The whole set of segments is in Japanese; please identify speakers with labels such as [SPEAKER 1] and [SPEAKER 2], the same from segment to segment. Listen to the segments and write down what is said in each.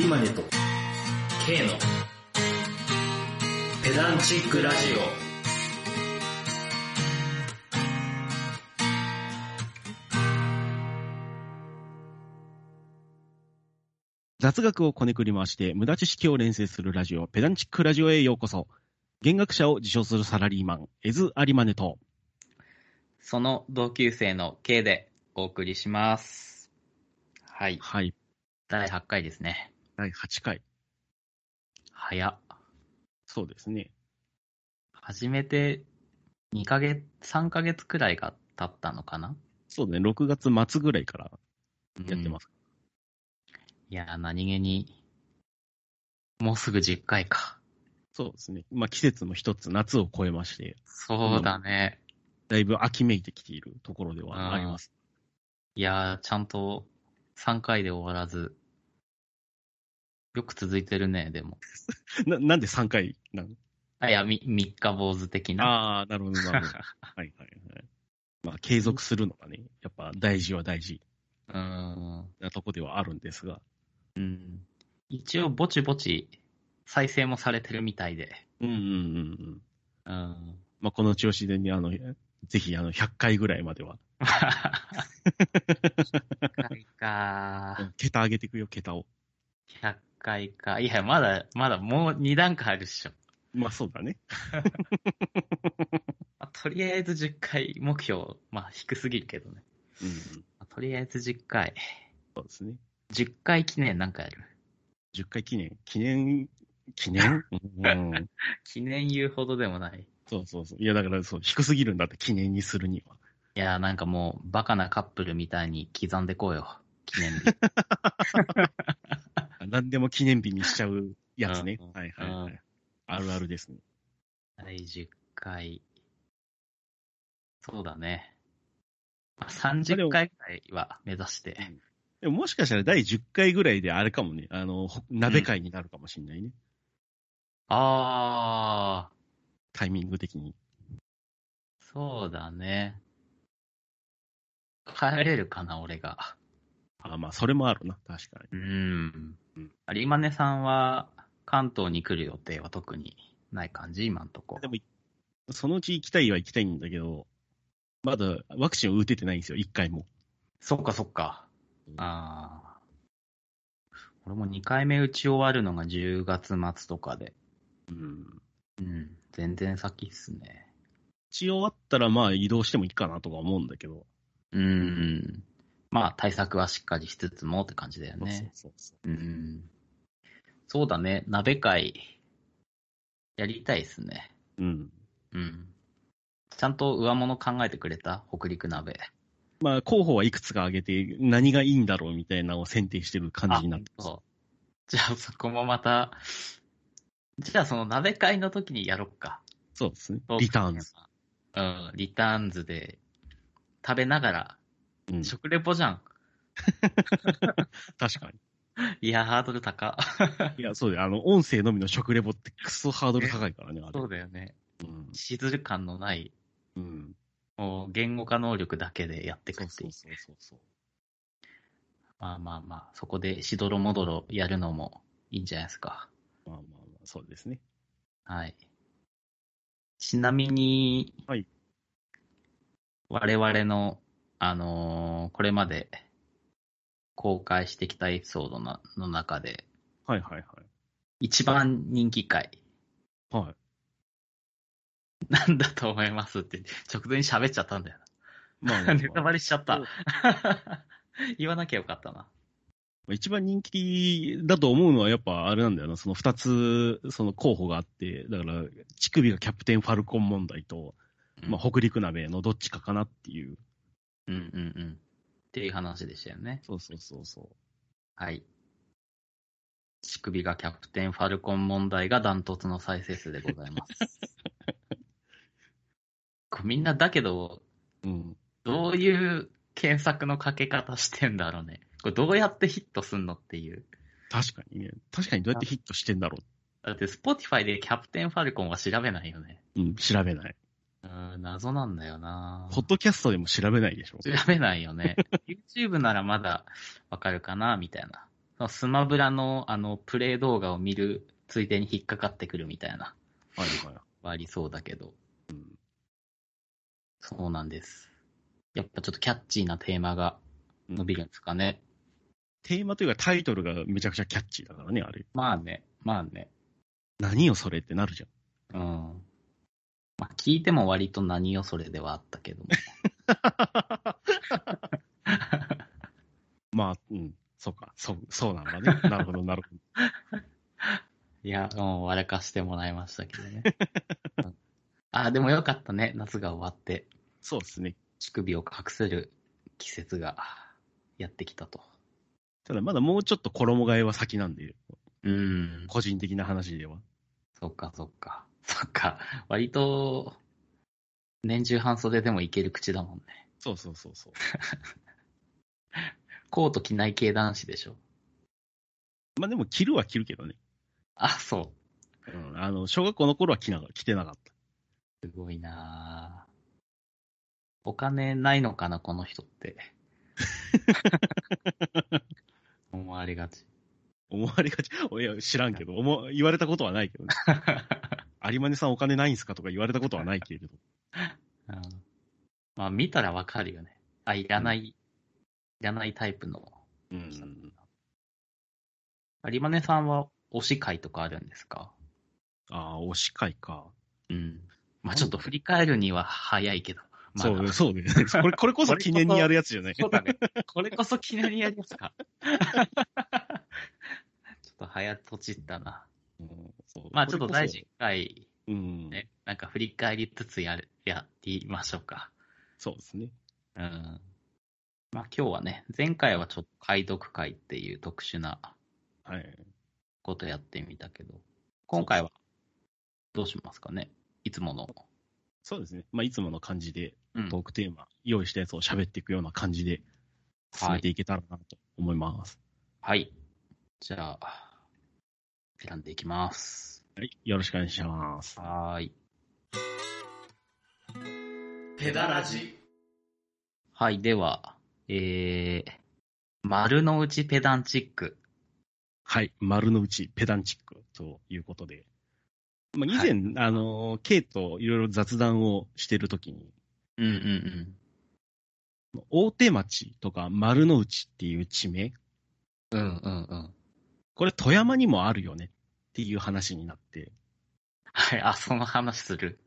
[SPEAKER 1] 有馬ネと
[SPEAKER 2] K のペダンチックラジ
[SPEAKER 3] 雑学をこねくり回して無駄知識を連成するラジオ、ペダンチックラジオへようこそ。弦楽者を自称するサラリーマン、エズ・アリマネと。
[SPEAKER 4] その同級生の K でお送りします。はい。
[SPEAKER 3] はい、
[SPEAKER 4] 第8回ですね。
[SPEAKER 3] 第8回。
[SPEAKER 4] 早っ。
[SPEAKER 3] そうですね。
[SPEAKER 4] 始めて2ヶ月、3ヶ月くらいが経ったのかな。
[SPEAKER 3] そうだね、6月末ぐらいからやってますす。
[SPEAKER 4] いやー、何気に、もうすぐ10回か。
[SPEAKER 3] そうですね。まあ季節も一つ、夏を超えまして、
[SPEAKER 4] そうだね。
[SPEAKER 3] だいぶ秋めいてきているところではあります。
[SPEAKER 4] いやー、ちゃんと3回で終わらず、よく続いてるね、でも。
[SPEAKER 3] ななんで3回なの
[SPEAKER 4] あ、いや、み三日坊主的な。
[SPEAKER 3] ああ、なるほど、なるほど。はいはいはい。まあ継続するのがね、やっぱ大事は大事
[SPEAKER 4] うーん。
[SPEAKER 3] なとこではあるんですが。
[SPEAKER 4] うん一応ぼちぼち再生もされてるみたいで、
[SPEAKER 3] うんうんうんうん。
[SPEAKER 4] うん、
[SPEAKER 3] まあ、この調子でね、あの、ぜひ、あの、100回ぐらいまでは、
[SPEAKER 4] 100回か
[SPEAKER 3] 桁上げていくよ、桁を。
[SPEAKER 4] 100回かいやまだまだもう2段階あるっしょ、
[SPEAKER 3] まあ、そうだね。
[SPEAKER 4] まあとりあえず10回目標まあ低すぎるけどね、
[SPEAKER 3] うん。
[SPEAKER 4] まあとりあえず10回
[SPEAKER 3] そうですね。
[SPEAKER 4] 10回記念なんかやる
[SPEAKER 3] 10回記念、記念、記念 うん。
[SPEAKER 4] 記念言うほどでもない
[SPEAKER 3] そうそうそう。いや、だから、そう、低すぎるんだって、記念にするには。
[SPEAKER 4] いやなんかもうバカなカップルみたいに刻んでこうよ記念日
[SPEAKER 3] 何でも記念日にしちゃうやつね
[SPEAKER 4] うん。
[SPEAKER 3] はいはいは
[SPEAKER 4] う
[SPEAKER 3] い。あるあるですね。
[SPEAKER 4] 第10回。そうだね。まあ30回ぐらいは目指して。
[SPEAKER 3] でも、もしかしたら第10回ぐらいであれかもね、あの、ほ鍋会になるかもしれないね。
[SPEAKER 4] ああ、
[SPEAKER 3] タイミング的に。
[SPEAKER 4] そうだね。帰れるかな、俺が。
[SPEAKER 3] あまあ、それもあるな、確かに。
[SPEAKER 4] うん。有馬根さんは関東に来る予定は特にない感じ、今んとこ
[SPEAKER 3] で。も、そのうち行きたいは行きたいんだけど、まだワクチンを打ててないんですよ、一回も。
[SPEAKER 4] そっかそっか。ああ。俺も2回目打ち終わるのが10月末とかで。
[SPEAKER 3] うん。
[SPEAKER 4] うん。全然先っすね。
[SPEAKER 3] 一応終わったら、まあ移動してもいいかなとか思うんだけど。
[SPEAKER 4] うん。まあ、対策はしっかりしつつもって感じだよ
[SPEAKER 3] そう
[SPEAKER 4] ね。
[SPEAKER 3] そうそう。
[SPEAKER 4] うん。そうだね。鍋会、やりたいですね。
[SPEAKER 3] うん。
[SPEAKER 4] うん。ちゃんと上物考えてくれた北陸鍋。
[SPEAKER 3] まあ候補はいくつか挙げて、何がいいんだろうみたいなのを選定してる感じになってます。
[SPEAKER 4] そう。じゃあ、そこもまた、じゃあ、その鍋会の時にやろっか。
[SPEAKER 3] そうですね。リターンズ。。
[SPEAKER 4] うん、リターンズで、食べながら、
[SPEAKER 3] うん、
[SPEAKER 4] 食レポじゃん。
[SPEAKER 3] 確か
[SPEAKER 4] いや、ハードル高。
[SPEAKER 3] に。いや、そうで、あの、音声のみの食レポってクソハードル高いからね、あれ。
[SPEAKER 4] そうだよ ね。
[SPEAKER 3] うん。
[SPEAKER 4] シズル感のない
[SPEAKER 3] うん。
[SPEAKER 4] もう言語化能力だけでやって
[SPEAKER 3] そ
[SPEAKER 4] くっ
[SPEAKER 3] う
[SPEAKER 4] て
[SPEAKER 3] そ
[SPEAKER 4] いう
[SPEAKER 3] うそうそうそう。
[SPEAKER 4] まあまあまあ、そこでしどろもどろやるのもいいんじゃないですか。
[SPEAKER 3] まあまあまあ、そうですね。
[SPEAKER 4] はい。ちなみに、
[SPEAKER 3] はい
[SPEAKER 4] 我々の、あのーこれまで公開してきたエピソードのの中で、
[SPEAKER 3] はいはい
[SPEAKER 4] 一番人気回、
[SPEAKER 3] はい。はい。
[SPEAKER 4] なんだと思いますって、直前に喋っちゃったんだよ
[SPEAKER 3] まあまあま
[SPEAKER 4] な。
[SPEAKER 3] あ
[SPEAKER 4] ネタバレしちゃった。 言わなきゃよかったな。
[SPEAKER 3] 一番人気だと思うのはやっぱあれなんだよな、その二つ、その候補があって、だから、乳首がキャプテンファルコン問題と、まあ、北陸鍋のどっちかかなっていう。
[SPEAKER 4] うんうんうん。っていう話でしたよね。
[SPEAKER 3] そうそうそうそ
[SPEAKER 4] はい。乳首がキャプテンファルコン問題がダントツの再生数でございます。これみんなだけど、
[SPEAKER 3] う。うん。
[SPEAKER 4] どういう検索のかけ方してんだろうね。これどうやってヒットすんのっていう。
[SPEAKER 3] 確かにね。確かにどうやってヒットしてんだろ
[SPEAKER 4] だって Spotify でキャプテンファルコンは調べないよね。
[SPEAKER 3] う。うん、調べない。
[SPEAKER 4] うーん、謎なんだよな
[SPEAKER 3] ポッドキャストでも調べないでしょ。
[SPEAKER 4] 調べないよね。YouTube ならまだわかるかなみたいな。スマブラの、あの、プレイ動画を見るついでに引っかかってくるみたいな、
[SPEAKER 3] はいはい。
[SPEAKER 4] はありそうだけど。そうなんです。やっぱちょっとキャッチーなテーマが伸びるんですかね。
[SPEAKER 3] テーマというかタイトルがめちゃくちゃキャッチーだからね、あれ。
[SPEAKER 4] まあね、まあね。
[SPEAKER 3] 何よそれってなるじゃん。
[SPEAKER 4] うん。まあ聞いても割と何よそれではあったけども。
[SPEAKER 3] まあ、うん、そうか、そう、そうなんだね。なるほど、なるほど。
[SPEAKER 4] いや、もう笑かしてもらいましたけどね。 うんあ、でもよかったね。夏が終わって、
[SPEAKER 3] そうですね。
[SPEAKER 4] 乳首を隠せる季節がやってきたと。
[SPEAKER 3] ただまだもうちょっと衣替えは先なんで、
[SPEAKER 4] うん。
[SPEAKER 3] 個人的な話では。
[SPEAKER 4] そっかそっか。そっか。割と、年中半袖でもいける口だもんね。
[SPEAKER 3] そうそうそうそう。
[SPEAKER 4] コート着ない系男子でしょ。
[SPEAKER 3] まあでも着るは着るけどね。
[SPEAKER 4] あ、そ
[SPEAKER 3] うん、あの、小学校の頃は着なが着てなかった。
[SPEAKER 4] う。すごいなぁお金ないのかな、この人って。思われがち。
[SPEAKER 3] 思われがち。いや、知らんけど、思わ言われたことはないけどね。有馬根さんお金ないんすかとか言われたことはないけれど。
[SPEAKER 4] うんまあ見たらわかるよね。あ、いらない、いらないタイプの。
[SPEAKER 3] うん。
[SPEAKER 4] 有馬根さんは推し会とかあるんですか
[SPEAKER 3] ああ、推し会か。
[SPEAKER 4] うん。まあちょっと振り返るには早いけど。まだ
[SPEAKER 3] そうね、そうね。 これ、これこそ記念にやるやつじゃない。
[SPEAKER 4] そうだね。これこそ記念にやりますか。 ちょっと早とちったな。
[SPEAKER 3] うんそう
[SPEAKER 4] まあちょっと
[SPEAKER 3] これ
[SPEAKER 4] 第
[SPEAKER 3] こそ
[SPEAKER 4] 10回
[SPEAKER 3] うん。
[SPEAKER 4] ね、なんか振り返りつつやる、やりましょうか。
[SPEAKER 3] そうですね。
[SPEAKER 4] うん。まあ今日はね、前回はちょっと解読会っていう特殊な
[SPEAKER 3] はい。
[SPEAKER 4] ことやってみたけど、今回はどうしますかねいつもの。
[SPEAKER 3] そうですね。まあ、いつもの感じで、
[SPEAKER 4] うん
[SPEAKER 3] トークテーマ、用意したやつを喋っていくような感じで、進めていけたらなと思います。
[SPEAKER 4] はい。じゃあ、選んでいきます。
[SPEAKER 3] はい。よろしくお願いします。
[SPEAKER 4] はーい。
[SPEAKER 2] ペダラジ。
[SPEAKER 4] はい、では、えー、丸の内ペダンチック。
[SPEAKER 3] はい。丸の内、ペダンチックということで。まあ、以前、あのー、ケイといろいろ雑談をしてるときに、
[SPEAKER 4] うんうんうん。
[SPEAKER 3] 大手町とか丸の内っていう地名、
[SPEAKER 4] うんうんうん。
[SPEAKER 3] これ富山にもあるよねっていう話になって、
[SPEAKER 4] はい、あ、その話す る。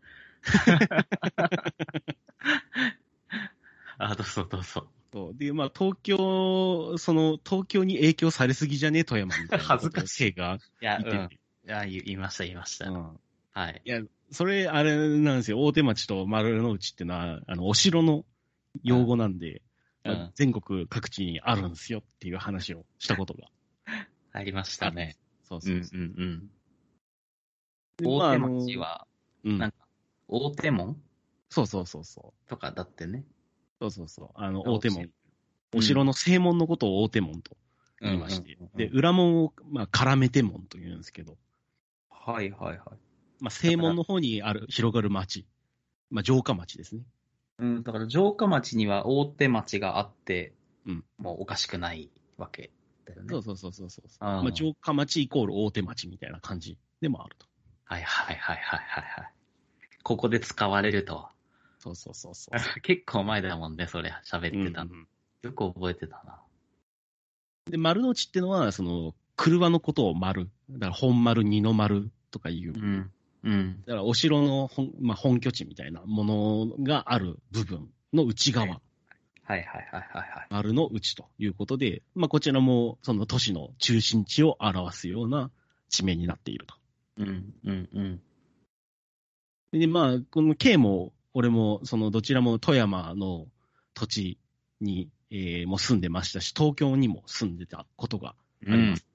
[SPEAKER 4] あ、どうぞどうぞ。
[SPEAKER 3] そうで、まあ、東京、その、東京に影響されすぎじゃね富山みたいなことを。
[SPEAKER 4] 恥ずかし
[SPEAKER 3] ケイが
[SPEAKER 4] いや、う
[SPEAKER 3] 言って
[SPEAKER 4] ん。
[SPEAKER 3] て。
[SPEAKER 4] いや、言言いました、言いました。
[SPEAKER 3] うん
[SPEAKER 4] はい。
[SPEAKER 3] それ、あれなんですよ、大手町と丸の内ってのは、あの、お城の用語なんで、
[SPEAKER 4] うん
[SPEAKER 3] まあ全国各地にあるんですよっていう話をしたことが。
[SPEAKER 4] ありましたね。
[SPEAKER 3] そう
[SPEAKER 4] う
[SPEAKER 3] そ
[SPEAKER 4] ん
[SPEAKER 3] う
[SPEAKER 4] う
[SPEAKER 3] そ
[SPEAKER 4] んうん。
[SPEAKER 3] でまあ
[SPEAKER 4] 大
[SPEAKER 3] あ
[SPEAKER 4] 手
[SPEAKER 3] の
[SPEAKER 4] 町は、
[SPEAKER 3] う。うん
[SPEAKER 4] なんか大手門
[SPEAKER 3] そうそうそうそう。
[SPEAKER 4] とかだってね。
[SPEAKER 3] そうそうそう。あの、
[SPEAKER 4] あ
[SPEAKER 3] 大手
[SPEAKER 4] お
[SPEAKER 3] 門
[SPEAKER 4] 城。
[SPEAKER 3] お城の正門のことを大手門と
[SPEAKER 4] うん
[SPEAKER 3] 言いまして
[SPEAKER 4] うんうんう、ん
[SPEAKER 3] で、裏門を、まあ、絡めて門と言うんですけど、
[SPEAKER 4] はいはいはい。
[SPEAKER 3] まあ、正門の方にある、広がる町。まあ、城下町ですね。
[SPEAKER 4] うん、だから城下町には大手町があって、
[SPEAKER 3] うん
[SPEAKER 4] もうおかしくないわけだよね。
[SPEAKER 3] そうそうそうそうそう。
[SPEAKER 4] あー
[SPEAKER 3] まあ、城下町イコール大手町みたいな感じでもあると。
[SPEAKER 4] はいはいはいはいはいはい。ここで使われると。
[SPEAKER 3] そうそうそうそう。
[SPEAKER 4] 結構前だもんね、それ喋ってたの。
[SPEAKER 3] うん
[SPEAKER 4] よく覚えてたな。
[SPEAKER 3] で、丸の内ってのは、その、車のことを丸。だから、本丸、二の丸とかいう。
[SPEAKER 4] う
[SPEAKER 3] だ
[SPEAKER 4] ん。うん。
[SPEAKER 3] から、お城の本,、まあ、本拠地みたいなものがある部分の内側。
[SPEAKER 4] はいはいはいはいはい。
[SPEAKER 3] 丸の内ということで、まあ、こちらも、その都市の中心地を表すような地名になっていると。
[SPEAKER 4] うんうんうん。
[SPEAKER 3] で、まあ、この K も、俺も、その、どちらも富山の土地に、えーもう住んでましたし、東京にも住んでたことがあります。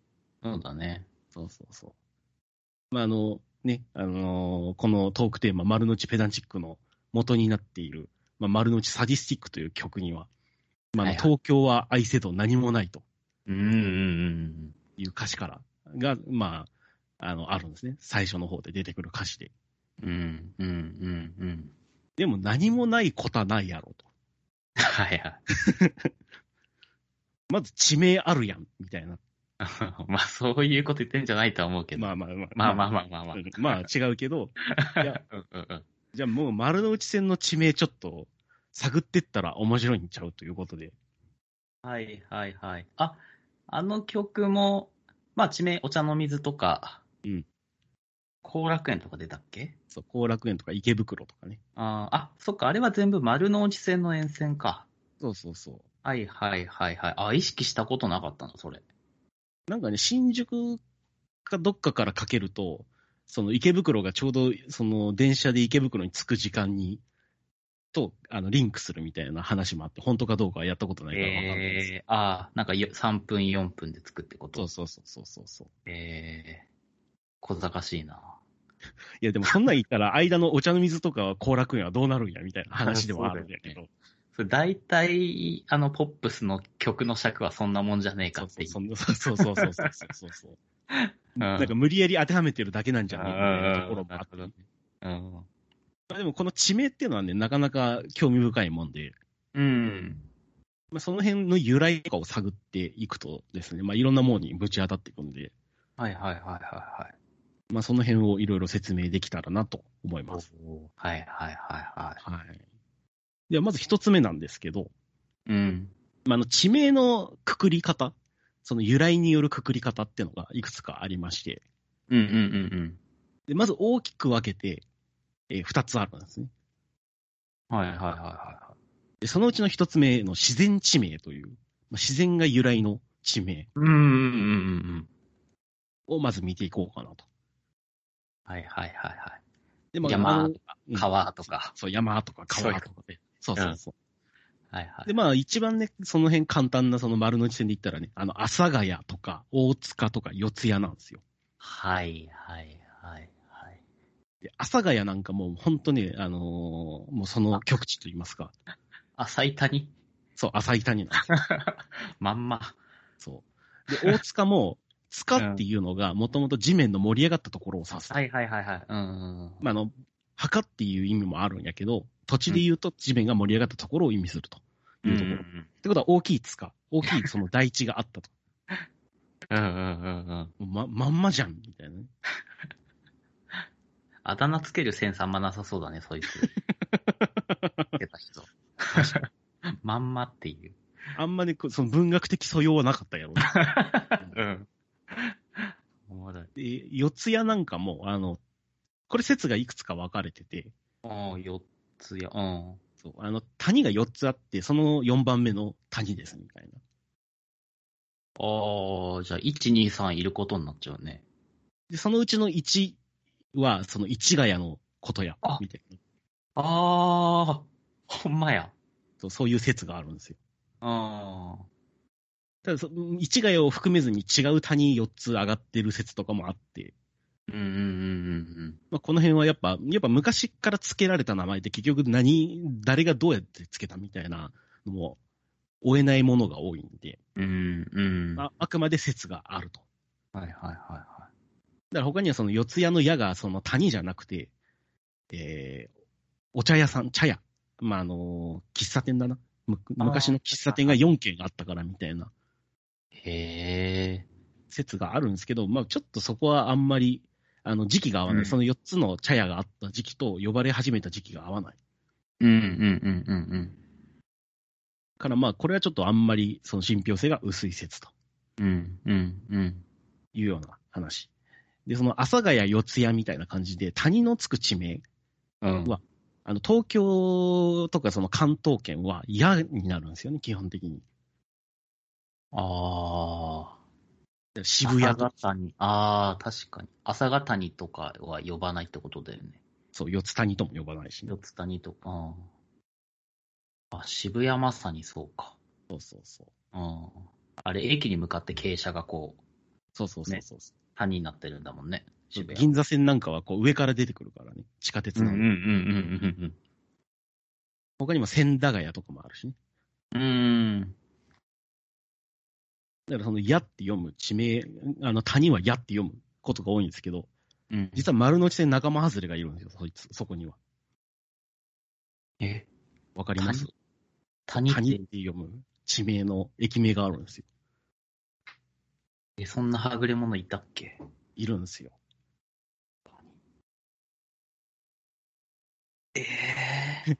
[SPEAKER 4] そうだね。
[SPEAKER 3] そうそうそう。まあ、あの、ね、あのーこのトークテーマ、丸の内ペダンチックの元になっている、まあ、丸の内サディスティックという曲には、まあ、あの
[SPEAKER 4] はいはい
[SPEAKER 3] 東京は愛せど何もないと
[SPEAKER 4] うんうんうん
[SPEAKER 3] いう歌詞からが、まあ、あの、あるんですね。最初の方で出てくる歌詞で。
[SPEAKER 4] うん。うんうんうんうん。
[SPEAKER 3] でも何もないことはないやろと。
[SPEAKER 4] はいはい。
[SPEAKER 3] まず地名あるやん、みたいな
[SPEAKER 4] まあ、そういうこと言ってんじゃないとは思うけど。
[SPEAKER 3] ま
[SPEAKER 4] まあ
[SPEAKER 3] あまあまあ。
[SPEAKER 4] まあまあまあまあまあ。
[SPEAKER 3] うんまあ違うけど、いや、
[SPEAKER 4] うんうんうん
[SPEAKER 3] じゃあもう丸の内線の地名ちょっと探ってったら面白いんちゃうということで。
[SPEAKER 4] はいはいはい。あ、あの曲も、まあ地名、お茶の水とか、
[SPEAKER 3] うん
[SPEAKER 4] 後楽園とか出たっけ
[SPEAKER 3] そう、後楽園とか池袋とかね。
[SPEAKER 4] あーあ、そっか、あれは全部丸の内線の沿線か。
[SPEAKER 3] そうそうそ
[SPEAKER 4] はいはいはいはい。あ、意識したことなかったの、それ。
[SPEAKER 3] う。なんかね、新宿かどっかからかけると、その池袋がちょうどその電車で池袋に着く時間に、と、あの、リンクするみたいな話もあって、本当かどうかはやったことないからわかんないです。
[SPEAKER 4] えー、あーなんかよ3分4分でつくってこ
[SPEAKER 3] そ
[SPEAKER 4] と
[SPEAKER 3] う。そうそうそうそうそう。
[SPEAKER 4] えー、小賢しいな。
[SPEAKER 3] いや、でもそんなん言 ったら、間のお茶の水とか後楽園はどうなるんや、みたいな話ではあるんやけど。
[SPEAKER 4] それ大体、あの、ポップスの曲の尺はそんなもんじゃねえかっていう。
[SPEAKER 3] そんなそうそうそうそうそうそうそう。
[SPEAKER 4] うん
[SPEAKER 3] なんか無理やり当てはめてるだけなんじゃ
[SPEAKER 4] うん
[SPEAKER 3] ないかみたいなところもあって。
[SPEAKER 4] うんうん
[SPEAKER 3] まあでもこの地名っていうのはね、なかなか興味深いもんで、
[SPEAKER 4] うん。
[SPEAKER 3] まあ、その辺の由来とかを探っていくとですね、まあ、いろんなものにぶち当たっていくんで、
[SPEAKER 4] はいはいはいはいはい。
[SPEAKER 3] まあ、その辺をいろいろ説明できたらなと思います。
[SPEAKER 4] はいはいはいは
[SPEAKER 3] はい。では、まず一つ目なんですけど、
[SPEAKER 4] い。うん。
[SPEAKER 3] まあ、あの地名のくくり方、その由来によるくくり方っていうのがいくつかありまして、
[SPEAKER 4] うんうんうん
[SPEAKER 3] でまず大きく分けて、えー二つあるんですね。
[SPEAKER 4] うん。はいはいはいは
[SPEAKER 3] で、そのうちの一つ目の自然地名という、まあ、自然が由来の地名
[SPEAKER 4] い。うんうんうんうん。
[SPEAKER 3] をまず見ていこうかなと。
[SPEAKER 4] はいはいはいは
[SPEAKER 3] で
[SPEAKER 4] い。山
[SPEAKER 3] の
[SPEAKER 4] とか
[SPEAKER 3] うん
[SPEAKER 4] 川とか。
[SPEAKER 3] そう、山とか
[SPEAKER 4] そうい
[SPEAKER 3] 川
[SPEAKER 4] う
[SPEAKER 3] と
[SPEAKER 4] こ
[SPEAKER 3] かで。そうそうそう。
[SPEAKER 4] はいはい。
[SPEAKER 3] で、まあ一番ね、その辺簡単なその丸の内線で言ったらね、あの、阿佐ヶ谷とか大塚とか四谷なんですよ。
[SPEAKER 4] はいはいはいはい。
[SPEAKER 3] で、阿佐ヶ谷なんかもう本当ね、あのーもうその極地と言いますか、
[SPEAKER 4] あ、最多に
[SPEAKER 3] そう、浅井谷なんですよ。
[SPEAKER 4] まんま。
[SPEAKER 3] そう。で、大塚も、塚っていうのがもともと地面の盛り上がったところを指す。
[SPEAKER 4] はいはいはいはい。うんうんうん。
[SPEAKER 3] まあ、あの、墓っていう意味もあるんやけど、土地で言うと地面が盛り上がったところを意味すると
[SPEAKER 4] う
[SPEAKER 3] い
[SPEAKER 4] ん
[SPEAKER 3] うところ。ってことは大きい塚、大きいその台地があったと。
[SPEAKER 4] うんうんうんうん。
[SPEAKER 3] もうま、まんまじゃんみたいなね。
[SPEAKER 4] あだ名つけるセンスあんまなさそうだね、そ いつ。つけた人。まんまっていう。
[SPEAKER 3] あんまね、こうその文学的素養はなかったやろうね。
[SPEAKER 4] うん。おもろい。
[SPEAKER 3] で、四谷なんかも、あの、これ説がいくつか分かれてて、
[SPEAKER 4] ああ、四つや。うん。
[SPEAKER 3] そう、あの、谷が4つあって、その4番目の谷です、みたいな。
[SPEAKER 4] ああ、じゃあ、1、2、3いることになっちゃうね。
[SPEAKER 3] で、そのうちの1は、その市ヶ谷のことや
[SPEAKER 4] あ、
[SPEAKER 3] みたいな。
[SPEAKER 4] ああ、ほんまや。
[SPEAKER 3] そう、そういう説があるんですよ。
[SPEAKER 4] あ
[SPEAKER 3] ただそ、市ヶ谷を含めずに違う谷4つ上がってる説とかもあって、
[SPEAKER 4] うんうんうん
[SPEAKER 3] まあ、この辺はやっぱ、やっぱ昔から付けられた名前って結局何、誰がどうやって付けたみたいなのも追えないものが多いんで、
[SPEAKER 4] うんうん。うんうん。
[SPEAKER 3] ま
[SPEAKER 4] はい
[SPEAKER 3] あ、あくまで説があると。
[SPEAKER 4] はいはいは。
[SPEAKER 3] だから他にはその四谷の矢がその谷じゃなくて、えー、お茶屋さん、茶屋。まあ、あのー喫茶店だな。む昔の喫茶店が4軒あったからみたいない
[SPEAKER 4] へえ。
[SPEAKER 3] 説があるんですけど、まあ、ちょっとそこはあんまり、あの、時期が合わない。
[SPEAKER 4] うん
[SPEAKER 3] その4つの茶屋があった時期と呼ばれ始めた時期が合わない。
[SPEAKER 4] うんうんうんうんうん。
[SPEAKER 3] からまあ、これはちょっとあんまり、その信憑性が薄い説と
[SPEAKER 4] うんうんうん。
[SPEAKER 3] いうような話。で、その阿佐ヶ谷四谷みたいな感じで、谷のつく地名、
[SPEAKER 4] うん。
[SPEAKER 3] うわあの、東京とかその関東圏は矢になるんですよね、基本的に。
[SPEAKER 4] ああ。
[SPEAKER 3] 渋谷と
[SPEAKER 4] 朝、方に。ああ、確かに。朝方にとかは呼ばないってことだよね。
[SPEAKER 3] そう、四つ谷とも呼ばないしね、
[SPEAKER 4] 四つ谷とか。うんあ、渋谷まさにそうか。
[SPEAKER 3] そうそうそう。
[SPEAKER 4] うん。あれ、駅に向かって傾斜がこう、
[SPEAKER 3] そうそうそうそう。
[SPEAKER 4] 谷になってるんだもんね。渋谷。
[SPEAKER 3] 銀座線なんかはこう上から出てくるからね、地下鉄
[SPEAKER 4] うん
[SPEAKER 3] の。
[SPEAKER 4] うんうん
[SPEAKER 3] 他にも千駄ヶ谷とかもあるしね。
[SPEAKER 4] うんうんうん。うん。
[SPEAKER 3] だからその矢って読む地名、あの谷は矢って読むことが多いんですけど、
[SPEAKER 4] うん、
[SPEAKER 3] 実は丸の内線仲間外れがいるんですよ、そいつ、そこには。
[SPEAKER 4] え、
[SPEAKER 3] わかります
[SPEAKER 4] 谷っ
[SPEAKER 3] 谷ってて読む地名の駅名があるんですよ。
[SPEAKER 4] え、そんなはぐれ者いたっけ
[SPEAKER 3] いるんですよ。
[SPEAKER 4] ええ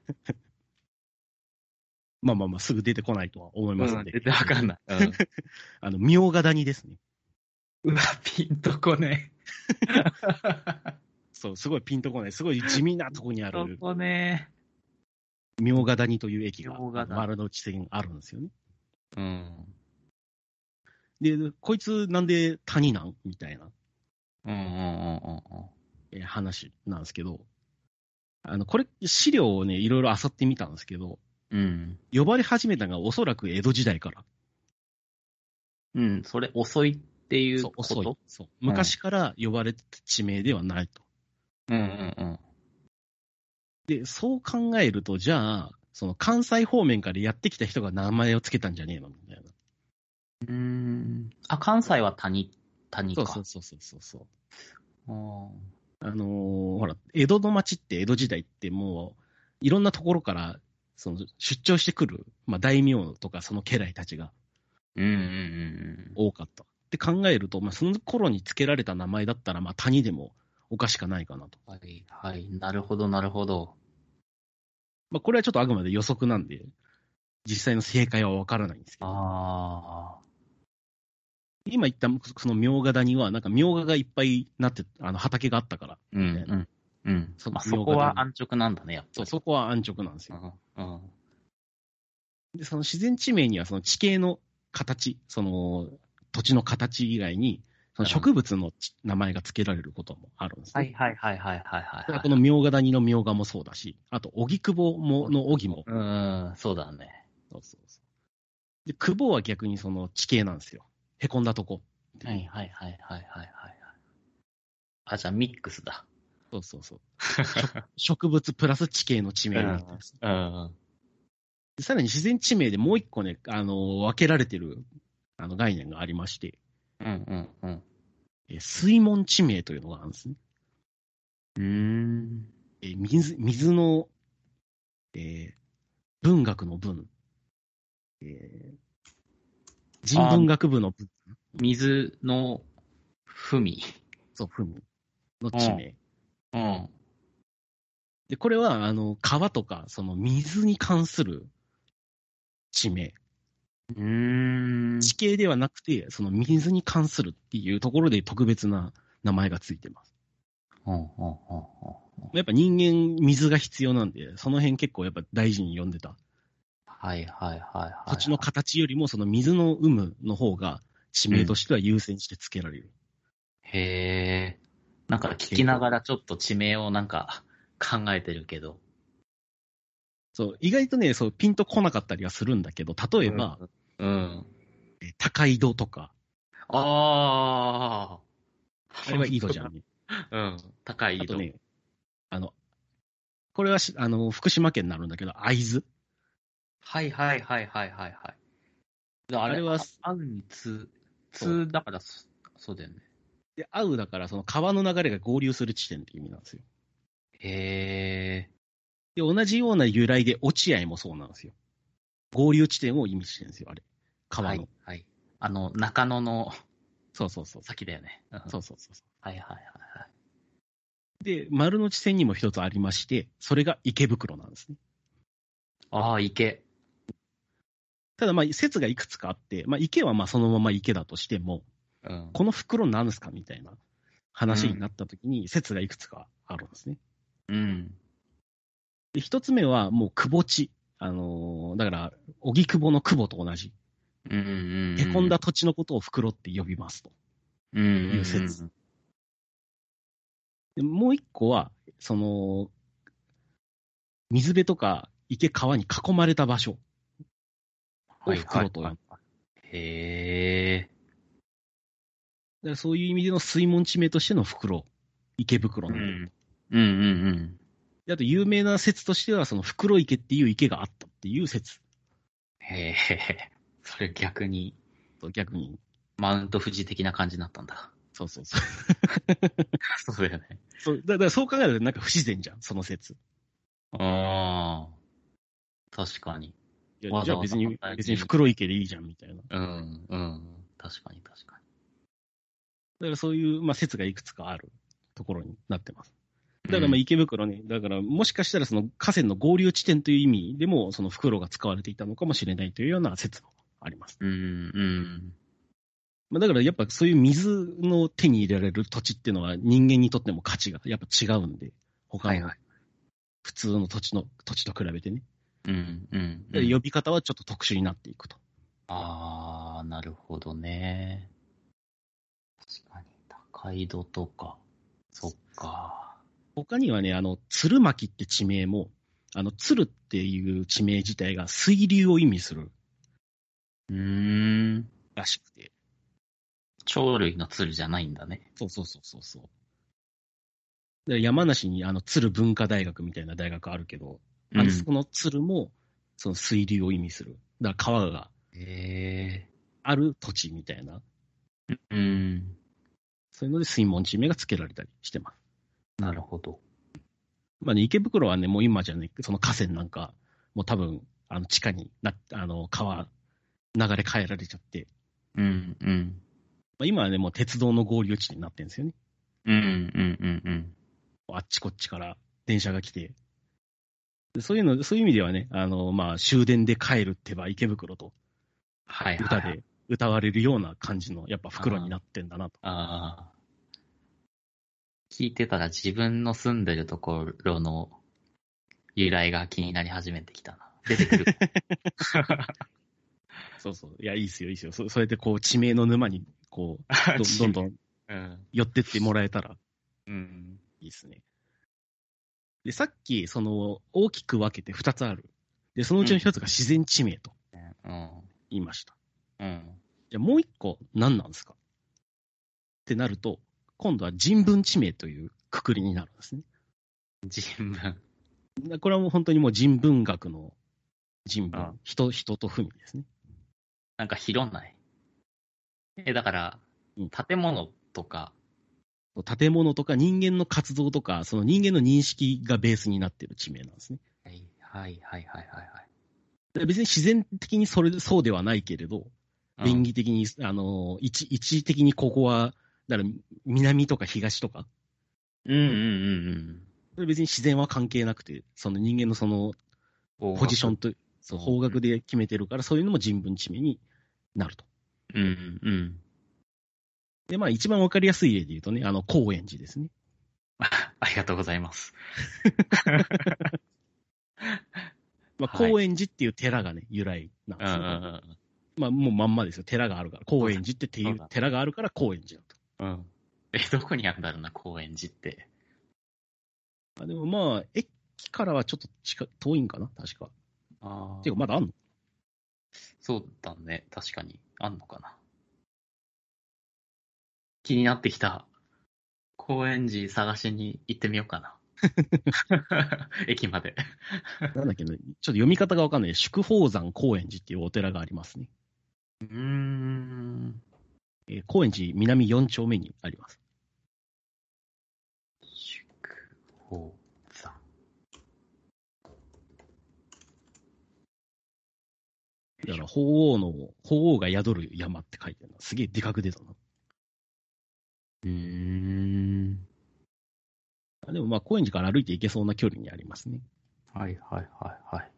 [SPEAKER 3] まあまあまあ、すぐ出てこないとは思います
[SPEAKER 4] うん
[SPEAKER 3] の、で。
[SPEAKER 4] 全然わかんない。うん
[SPEAKER 3] あの、ミョウガダニですね。
[SPEAKER 4] うわ、ピンとこね
[SPEAKER 3] そう、すごいピンとこない。すごい地味なとこに
[SPEAKER 4] え。
[SPEAKER 3] あ
[SPEAKER 4] そ
[SPEAKER 3] る、
[SPEAKER 4] こね
[SPEAKER 3] ミョウガダニという駅が
[SPEAKER 4] 茗荷、谷
[SPEAKER 3] 丸の内線にあるんですよね。
[SPEAKER 4] うん。
[SPEAKER 3] で、こいつなんで谷なんみたいな
[SPEAKER 4] うんうんうんうんうん。
[SPEAKER 3] えー話なんですけど、あの、これ、資料をね、いろいろ漁ってみたんですけど、
[SPEAKER 4] うん。
[SPEAKER 3] 呼ばれ始めたのがおそらく江戸時代から。
[SPEAKER 4] うん、それ遅いっていう
[SPEAKER 3] そう
[SPEAKER 4] こ、と
[SPEAKER 3] 遅い。そう。昔から呼ばれてた地名ではないと。
[SPEAKER 4] うんうん
[SPEAKER 3] で、そう考えると、じゃあ、その関西方面からやってきた人が名前をつけたんじゃねえのみたいな。
[SPEAKER 4] うん。うーん。あ、関西は谷、谷
[SPEAKER 3] そ
[SPEAKER 4] か。
[SPEAKER 3] うそうそうそうそうそう。
[SPEAKER 4] あ
[SPEAKER 3] あのーほら、江戸の町って江戸時代ってもう、いろんなところから、その出張してくる、まあ、大名とかその家来たちが
[SPEAKER 4] ーうんうん
[SPEAKER 3] 多かった。って考えると、まあ、その頃に付けられた名前だったら、まあ、谷でもおかしくないかなと。
[SPEAKER 4] うん。はい、はい。なるほど、なるほど。
[SPEAKER 3] まあ、これはちょっとあくまで予測なんで、実際の正解はわからないんですけど、
[SPEAKER 4] ああ。
[SPEAKER 3] 今言ったその苗が谷は、なんか苗ががいっぱいなって、あの畑があったから、
[SPEAKER 4] うん
[SPEAKER 3] みたい
[SPEAKER 4] うん。うん。
[SPEAKER 3] そ
[SPEAKER 4] まあ、そこは安直なんだね、やっぱ
[SPEAKER 3] そう
[SPEAKER 4] り。
[SPEAKER 3] そこは安直なんですよ。
[SPEAKER 4] うん。うん。
[SPEAKER 3] で、その自然地名にはその地形の形、その土地の形以外に、その植物のち名前が付けられることもあるんですね。
[SPEAKER 4] はいはいはいはいはいは
[SPEAKER 3] だ
[SPEAKER 4] い、
[SPEAKER 3] から
[SPEAKER 4] はい
[SPEAKER 3] こ。の明賀谷の明賀もそうだし、あと、荻窪もの荻も。
[SPEAKER 4] うん、そうだね。
[SPEAKER 3] そうそうそう。で、久保は逆にその地形なんですよ。へこんだとこ。
[SPEAKER 4] はいはいはいはいはいはいはい。あ、じゃあミックスだ。
[SPEAKER 3] そうそうそう。植 物プラス地形の地名みたいなやつ
[SPEAKER 4] うん。
[SPEAKER 3] でさらに自然地名でもう一個ね、あの、分けられてる、あの、概念がありまして、
[SPEAKER 4] うんうんうん。
[SPEAKER 3] えー水門地名というのがあるんですね。
[SPEAKER 4] うーん。
[SPEAKER 3] えー水水の、えー文学の文、えー人文学部の文
[SPEAKER 4] 水の文。
[SPEAKER 3] そう文の地名、
[SPEAKER 4] うん。
[SPEAKER 3] でこれはあの川とかその水に関する地名、
[SPEAKER 4] うーん。
[SPEAKER 3] 地形ではなくて、その水に関するっていうところで特別な名前がついてます。
[SPEAKER 4] うんうんうんうん
[SPEAKER 3] やっぱ人間、水が必要なんで、その辺結構やっぱ大事に読んでた
[SPEAKER 4] はいはいはいはい。
[SPEAKER 3] 土地の形よりもその水の有無の方が地名としては優先して付けられる。
[SPEAKER 4] へえ。なんか聞きながらちょっと地名をなんか考えてるけど。
[SPEAKER 3] そう、意外とね、そう、ピンとこなかったりはするんだけど、例えば、
[SPEAKER 4] うん。
[SPEAKER 3] え高井戸とか、
[SPEAKER 4] ああ。
[SPEAKER 3] あれは井戸じゃん、ね。
[SPEAKER 4] うん。 高い
[SPEAKER 3] あ
[SPEAKER 4] 井戸。
[SPEAKER 3] とね、あの、これはし、あの、福島県になるんだけど、会津。
[SPEAKER 4] はいはいはいはいはいはい。あ
[SPEAKER 3] あれは、
[SPEAKER 4] 合うに通、
[SPEAKER 3] そう
[SPEAKER 4] 通だからそ、そうだよね。
[SPEAKER 3] で、会うだから、その川の流れが合流する地点って意味なんですよ。
[SPEAKER 4] へえ。
[SPEAKER 3] で、同じような由来で落合もそうなんですよ。合流地点を意味してるんですよ、あれ。川
[SPEAKER 4] は
[SPEAKER 3] の。
[SPEAKER 4] いはい。あの、中野の
[SPEAKER 3] そうそうそう。
[SPEAKER 4] 先だよね。うん
[SPEAKER 3] そうそうそうそ
[SPEAKER 4] はいはいはいはい。
[SPEAKER 3] う。で、丸の内線にも一つありまして、それが池袋なんですね。
[SPEAKER 4] ああ、池。
[SPEAKER 3] ただ、まあ、説がいくつかあって、まあ、池はまあそのまま池だとしても、
[SPEAKER 4] うん。
[SPEAKER 3] この袋なんですかみたいな話になった時に、説がいくつかあるんですね。
[SPEAKER 4] うん。
[SPEAKER 3] で一つ目は、もう、くぼ地。あのーだから、荻窪の久保と同じ。
[SPEAKER 4] うんうんうん。
[SPEAKER 3] へこんだ土地のことを袋って呼びますと。
[SPEAKER 4] うんうんうん
[SPEAKER 3] いう説でもう一個は、その、水辺とか池川に囲まれた場所を
[SPEAKER 4] はいは
[SPEAKER 3] 袋
[SPEAKER 4] い
[SPEAKER 3] と呼ぶ。だか
[SPEAKER 4] へえ。
[SPEAKER 3] らそういう意味での水門地名としての袋。池袋
[SPEAKER 4] う
[SPEAKER 3] の。
[SPEAKER 4] ん。うんうん
[SPEAKER 3] であと、有名な説としては、その袋池っていう池があったっていう説。
[SPEAKER 4] うん。へえ。それ逆に、
[SPEAKER 3] と逆に。
[SPEAKER 4] マウント富士的な感じになったんだ。
[SPEAKER 3] そうそうそう。
[SPEAKER 4] そうだよね。
[SPEAKER 3] そうだだからそう考えるとなんか不自然じゃん、その説。
[SPEAKER 4] ああ。確かに。
[SPEAKER 3] いや
[SPEAKER 4] わ
[SPEAKER 3] じ
[SPEAKER 4] ざ
[SPEAKER 3] ゃあ
[SPEAKER 4] わざ
[SPEAKER 3] 別に
[SPEAKER 4] 反対、に
[SPEAKER 3] 別に袋池でいいじゃんみたいな。
[SPEAKER 4] うん、うん。確かに確か
[SPEAKER 3] だからそういう、まあ、説がいくつかあるところになってます。だからまあ池袋ね、だからもしかしたらその河川の合流地点という意味でも、その袋が使われていたのかもしれないというような説もあります。
[SPEAKER 4] うん、うん。
[SPEAKER 3] まあ、だからやっぱそういう水の手に入れられる土地っていうのは人間にとっても価値がやっぱ違うんで、他
[SPEAKER 4] はい
[SPEAKER 3] の
[SPEAKER 4] はい。
[SPEAKER 3] 普通の土地の、土地と比べてね。
[SPEAKER 4] うん、うん
[SPEAKER 3] だ
[SPEAKER 4] う
[SPEAKER 3] から
[SPEAKER 4] ん。
[SPEAKER 3] 呼び方はちょっと特殊になっていくと。
[SPEAKER 4] あー、なるほどね。確かに、高井戸とか。そっか。
[SPEAKER 3] 他にはね、あの、鶴巻って地名も、あの、鶴っていう地名自体が水流を意味する
[SPEAKER 4] うーん。
[SPEAKER 3] らしくて。
[SPEAKER 4] 鳥類の鶴じゃないんだね。
[SPEAKER 3] そうそうそうそうそう。だから山梨にあの鶴文化大学みたいな大学あるけど、あのそこの鶴もその水流を意味する。だから川が
[SPEAKER 4] へ
[SPEAKER 3] ある土地みたいな。
[SPEAKER 4] え。うん。
[SPEAKER 3] そういうので水門地名が付けられたりしてます。
[SPEAKER 4] なるほど。
[SPEAKER 3] まあね、池袋はね、もう今じゃね、その河川なんか、もう多分、あの地下にな、あの川、流れ変えられちゃって、
[SPEAKER 4] うん、うん。
[SPEAKER 3] まあ、今はね、もう鉄道の合流地になってるんですよね。
[SPEAKER 4] うん、うん、うん、うん。
[SPEAKER 3] あっちこっちから電車が来て。でそういうの、そういう意味ではね、あの、まあ、終電で帰るってば池袋と
[SPEAKER 4] はいはい、
[SPEAKER 3] 歌
[SPEAKER 4] はい。
[SPEAKER 3] で歌われるような感じの、やっぱ袋になってんだなと。
[SPEAKER 4] ああ。聞いてたら自分の住んでるところの由来が気になり始めてきたな。出てくる。
[SPEAKER 3] そうそう。いや、いいっすよ、いいっすよ。そそうやってこう、地名の沼に、こう、どどんどん
[SPEAKER 4] うん。
[SPEAKER 3] 寄ってってもらえたら
[SPEAKER 4] うん。
[SPEAKER 3] いいっすね。で、さっき、その、大きく分けて2つある。で、そのうちの1つが自然地名と
[SPEAKER 4] うん。
[SPEAKER 3] 言いました。
[SPEAKER 4] うん。
[SPEAKER 3] じゃあもう一個何なんですかってなると、今度は人文地名というくくりになるんですね。
[SPEAKER 4] 人文。
[SPEAKER 3] なこれはもう本当にもう人文学の人
[SPEAKER 4] あ
[SPEAKER 3] 文、人、人と文ですね。
[SPEAKER 4] なんか広ない。え、だから
[SPEAKER 3] うん、
[SPEAKER 4] 建物とか、
[SPEAKER 3] 建物とか人間の活動とか、その人間の認識がベースになっている地名なんですね。
[SPEAKER 4] はいはいはいはいはい
[SPEAKER 3] で別に自然的にそれ、そうではないけれど、
[SPEAKER 4] はい。
[SPEAKER 3] 倫理的に、あの、一、一時的にここは、だから南とか東とか、
[SPEAKER 4] うんうんうんうん
[SPEAKER 3] それ別に自然は関係なくて、その人間のその
[SPEAKER 4] うん。
[SPEAKER 3] ポジション
[SPEAKER 4] と。
[SPEAKER 3] と、そう、方角で決めてるから、そういうのも人文地名になると。
[SPEAKER 4] うんうん。
[SPEAKER 3] で、まあ一番わかりやすい例で言うとね、あの、高円寺ですね。
[SPEAKER 4] あありがとうございます。
[SPEAKER 3] まあ
[SPEAKER 4] はい
[SPEAKER 3] 高円寺っていう寺がね、由来なん
[SPEAKER 4] う
[SPEAKER 3] で
[SPEAKER 4] んう
[SPEAKER 3] す
[SPEAKER 4] ん
[SPEAKER 3] よ、
[SPEAKER 4] うん
[SPEAKER 3] まあもうまんまですよ。寺があるから。高円寺ってってい
[SPEAKER 4] そう
[SPEAKER 3] う
[SPEAKER 4] だ
[SPEAKER 3] 寺があるから高円寺だと。
[SPEAKER 4] うん。え、どこにあるんだろうな、高円寺って。
[SPEAKER 3] まあ、でもまあ、駅からはちょっと近い遠いんかな確か。
[SPEAKER 4] あ
[SPEAKER 3] ていうかまだあん の
[SPEAKER 4] そうだね。確かに。あんのかな。気になってきた。高円寺探しに行ってみようかな。駅まで。
[SPEAKER 3] なんだっけね。ちょっと読み方がわかんない。祝宝山高円寺っていうお寺がありますね。
[SPEAKER 4] うーん。
[SPEAKER 3] えー高円寺南4丁目にあります。
[SPEAKER 4] 宿宝山。
[SPEAKER 3] だから、法王の、法王が宿る山って書いてあるな。すげえでかく出たな。
[SPEAKER 4] うーん。
[SPEAKER 3] あでもまあ、高円寺から歩いて行けそうな距離にありますね。
[SPEAKER 4] はいはいはいはい。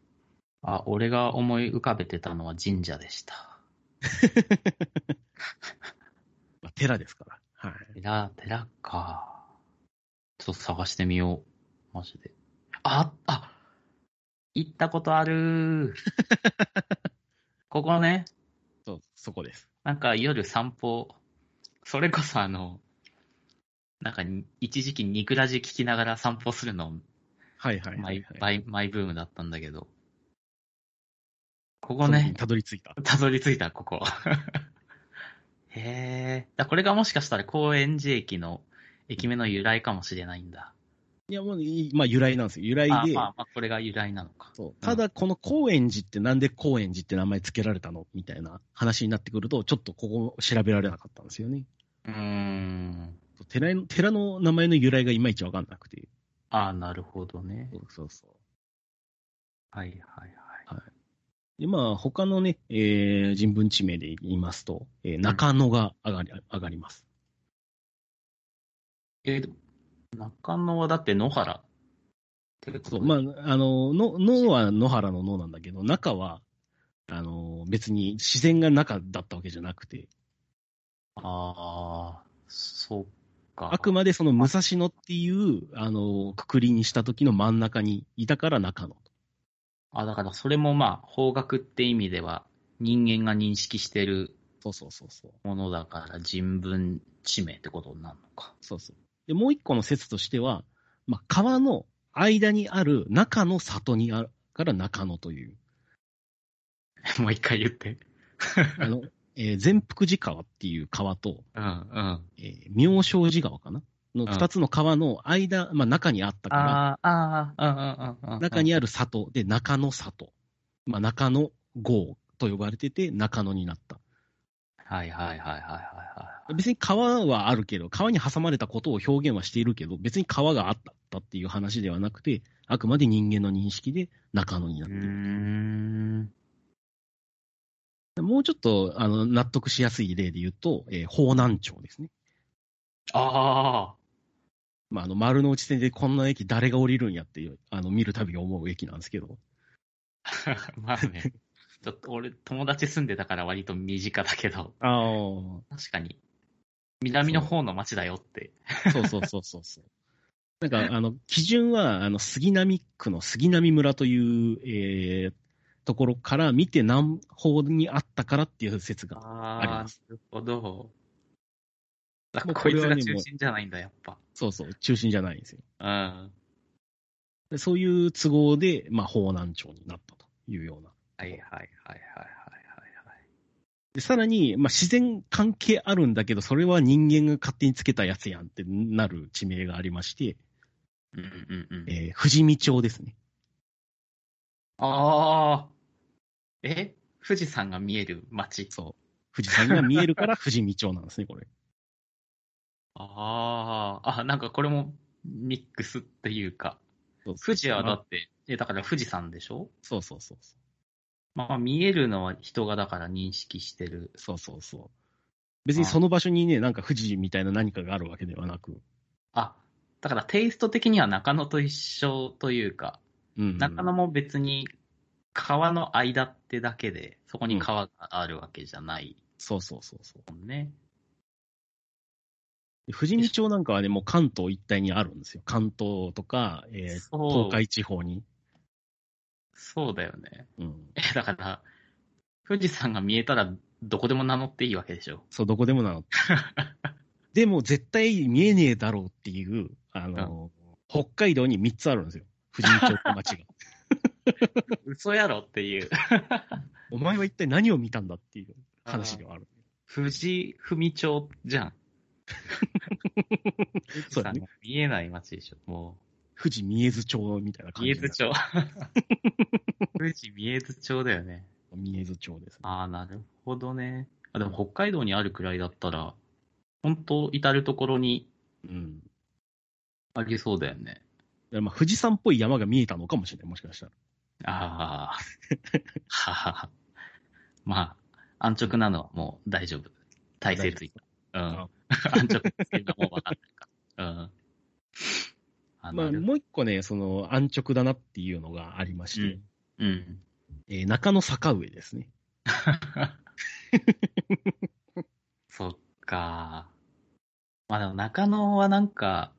[SPEAKER 4] あ、俺が思い浮かべてたのは神社でした。
[SPEAKER 3] まあ、寺ですから。はい。
[SPEAKER 4] 寺、寺か。ちょっと探してみよう。マジで。あ、あ行ったこと ある。ここね、
[SPEAKER 3] そう、そこです。
[SPEAKER 4] なんか夜散歩、それこそあの、なんかに一時期ニクラジ聞きながら散歩するの
[SPEAKER 3] はいはいは
[SPEAKER 4] マイ
[SPEAKER 3] い、
[SPEAKER 4] マ
[SPEAKER 3] はい。
[SPEAKER 4] イマイブームだったんだけど。こ
[SPEAKER 3] こ
[SPEAKER 4] こね、
[SPEAKER 3] たどり着いた。
[SPEAKER 4] たどり着いた、こ こ。へえ。だこれがもしかしたら高円寺駅の駅名の由来かもしれないんだ。
[SPEAKER 3] いや、もうい、まあ、由来なんですよ。由来
[SPEAKER 4] あ
[SPEAKER 3] で。
[SPEAKER 4] まあまあ、これが由来なのか。
[SPEAKER 3] そうただ、この高円寺ってなんで高円寺って名前つけられたのみたいな話になってくると、ちょっとここ調べられなかったんですよね。
[SPEAKER 4] うーん。
[SPEAKER 3] 寺の寺の名前の由来がいまいちわかんなくて。
[SPEAKER 4] ああ、なるほどね
[SPEAKER 3] そ。うそうそう。
[SPEAKER 4] はいはいはい。
[SPEAKER 3] で、まあ、他のね、えー人文地名で言いますと、えー中野が上がり、上がります。
[SPEAKER 4] えーでも中野はだって野原ってこと
[SPEAKER 3] そう、まあ、あの、の、脳は野原の脳なんだけど、中は、あの、別に自然が中だったわけじゃなくて、
[SPEAKER 4] ああ、そっか。
[SPEAKER 3] あくまでその武蔵野っていう、あの、くくりにした時の真ん中にいたから中野。
[SPEAKER 4] あ、だからそれもまあ、方角って意味では、人間が認識してる
[SPEAKER 3] そうそうそうそう。
[SPEAKER 4] ものだから人文地名ってことになるのか。
[SPEAKER 3] そうそう。で、もう一個の説としては、まあ、川の間にある中の里にあるから中野という。
[SPEAKER 4] もう一回言って。
[SPEAKER 3] あの、 えー善福寺川っていう川と、
[SPEAKER 4] うんうん。
[SPEAKER 3] えー妙正寺川かなの
[SPEAKER 4] ん
[SPEAKER 3] 二つの川の間、まあ、中にあったから、
[SPEAKER 4] あーあー、ああ、ああ、
[SPEAKER 3] 中にある里で中野里。まあ、中野郷と呼ばれてて中野になった。
[SPEAKER 4] はいはいはいはいはいはい。
[SPEAKER 3] 別に川はあるけど、川に挟まれたことを表現はしているけど、別に川があったっていう話ではなくて、あくまで人間の認識で中野になっ
[SPEAKER 4] う
[SPEAKER 3] て
[SPEAKER 4] ー
[SPEAKER 3] いる。
[SPEAKER 4] ん。
[SPEAKER 3] もうちょっとあの納得しやすい例で言うと、えー、方南町ですね。
[SPEAKER 4] ああ、
[SPEAKER 3] まあ、あの丸の内線でこんな駅誰が降りるんやっていうあの見るたびに思う駅なんですけど、
[SPEAKER 4] まあね。ちょっと俺、友達住んでたから割と身近だけど、
[SPEAKER 3] あ
[SPEAKER 4] 確かに、南の方の町だよって。
[SPEAKER 3] そうそうそうそうそう。なんかあの基準はあの杉並区の杉並村という、えーところから見て南方にあったからっていう説が
[SPEAKER 4] あ
[SPEAKER 3] ありま
[SPEAKER 4] ーなるほど。あ
[SPEAKER 3] もう
[SPEAKER 4] こ
[SPEAKER 3] こ
[SPEAKER 4] い
[SPEAKER 3] れ
[SPEAKER 4] つ
[SPEAKER 3] は
[SPEAKER 4] が
[SPEAKER 3] ね
[SPEAKER 4] 中心じゃないんだ、やっぱ。
[SPEAKER 3] そうそう、中心じゃないんですよ。
[SPEAKER 4] うん。
[SPEAKER 3] でそういう都合で、まあ、方南町になったというような。
[SPEAKER 4] はいはいはいはいはい
[SPEAKER 3] で、さらに、まあ、自然関係あるんだけど、それは人間が勝手につけたやつやんってなる地名がありまして、
[SPEAKER 4] はいはい。うんうんうん。
[SPEAKER 3] えー、富士見町ですね。
[SPEAKER 4] ああ。え富士山が見える町。
[SPEAKER 3] そう。富士山が見えるから富士見町なんですね、これ。
[SPEAKER 4] ああ。あ、なんかこれもミックスっていうか。
[SPEAKER 3] そう
[SPEAKER 4] 富士はだ
[SPEAKER 3] あ
[SPEAKER 4] って、え、だから富士山でしょ
[SPEAKER 3] そうそうそうそう。
[SPEAKER 4] まあ見えるのは人がだから認識してる。
[SPEAKER 3] そうそうそう。別にその場所にね、なんか富士みたいな何かがあるわけではなく。
[SPEAKER 4] あ、だからテイスト的には中野と一緒というか、
[SPEAKER 3] うん。
[SPEAKER 4] 中野も別に川の間ってだけで、そこに川があるわけじゃない
[SPEAKER 3] そうそうそうそう。
[SPEAKER 4] もんね。
[SPEAKER 3] で富士見町なんかはね、もう関東一帯にあるんですよ。関東とか、えー
[SPEAKER 4] そう
[SPEAKER 3] 東海地方に。
[SPEAKER 4] そうだよね。
[SPEAKER 3] うん。
[SPEAKER 4] え、だから、富士山が見えたらどこでも名乗っていいわけでしょ。
[SPEAKER 3] そう、どこでもな の。でも絶対見えねえだろうっていう、あの、北海道に3つあるんですよ。富士見町って 町が。
[SPEAKER 4] 嘘やろっていう。
[SPEAKER 3] お前は一体何を見たんだっていう話ではある。
[SPEAKER 4] 富士文町じゃん。富士
[SPEAKER 3] そうだ
[SPEAKER 4] 山
[SPEAKER 3] ね
[SPEAKER 4] が見えない町でしょ。も
[SPEAKER 3] 富士見えず町みたいな
[SPEAKER 4] う、
[SPEAKER 3] 感
[SPEAKER 4] 見
[SPEAKER 3] じ
[SPEAKER 4] え
[SPEAKER 3] にな
[SPEAKER 4] ず
[SPEAKER 3] る。
[SPEAKER 4] 町。富士見えず町だよね。
[SPEAKER 3] 見えず町ですね。
[SPEAKER 4] ああ、なるほどね。あ、でも北海道にあるくらいだったら、本当至るところに
[SPEAKER 3] うん。だ
[SPEAKER 4] ありそうだよね。
[SPEAKER 3] からまあ、富士山っぽい山が見えたのかもしれない、もしかしたら。
[SPEAKER 4] ああ、はは は。まあ、安直なのはもう大丈夫。体勢ついた。うん。
[SPEAKER 3] あ
[SPEAKER 4] 安直っていうのはもう分かんないから。うん。あ
[SPEAKER 3] まあ、
[SPEAKER 4] なる
[SPEAKER 3] もう一個ね、その、安直だなっていうのがありまして、
[SPEAKER 4] うん。
[SPEAKER 3] えー中野坂上ですね。
[SPEAKER 4] そっか。まあでも中野はなんか、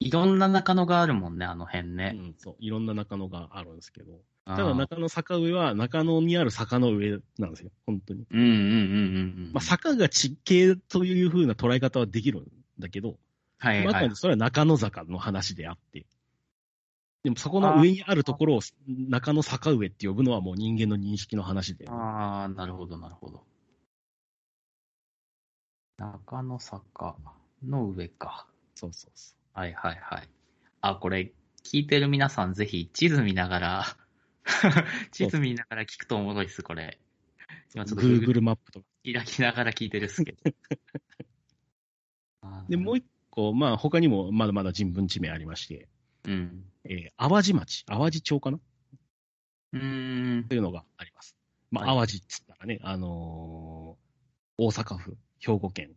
[SPEAKER 4] いろんな中野があるもんね、あの辺
[SPEAKER 3] う
[SPEAKER 4] ね。
[SPEAKER 3] ん、そう。いろんな中野があるんですけど。
[SPEAKER 4] た
[SPEAKER 3] ただ中野坂上は中野にある坂の上なんですよ、本当に。
[SPEAKER 4] うんうんうんうんうん。
[SPEAKER 3] まあ、坂が地形というふうな捉え方はできるんだけど、
[SPEAKER 4] はい
[SPEAKER 3] ま
[SPEAKER 4] は
[SPEAKER 3] さ
[SPEAKER 4] い
[SPEAKER 3] に。それは中野坂の話であって、でもそこの上にあるところを中野坂上って呼ぶのはもう人間の認識の話で、
[SPEAKER 4] ああ、なるほど、なるほど。中野坂の上か。
[SPEAKER 3] そうそうそ
[SPEAKER 4] はいはいはい。あ、これ、聞いてる皆さん、ぜひ地図見ながら、 地図見ながら聞くとおもろいっす、これ。今ちょ
[SPEAKER 3] う。
[SPEAKER 4] っと Google
[SPEAKER 3] Google マップとか。
[SPEAKER 4] 開きながら聞いてるっす けど。あー
[SPEAKER 3] で、もう一個、まあ他にもまだまだ人文地名ありまして、
[SPEAKER 4] うん。
[SPEAKER 3] えー淡路町、淡路町かな
[SPEAKER 4] うーん
[SPEAKER 3] と。いうのがあります。まあ
[SPEAKER 4] は
[SPEAKER 3] 淡路っつったらね、あのー大阪府、兵庫県、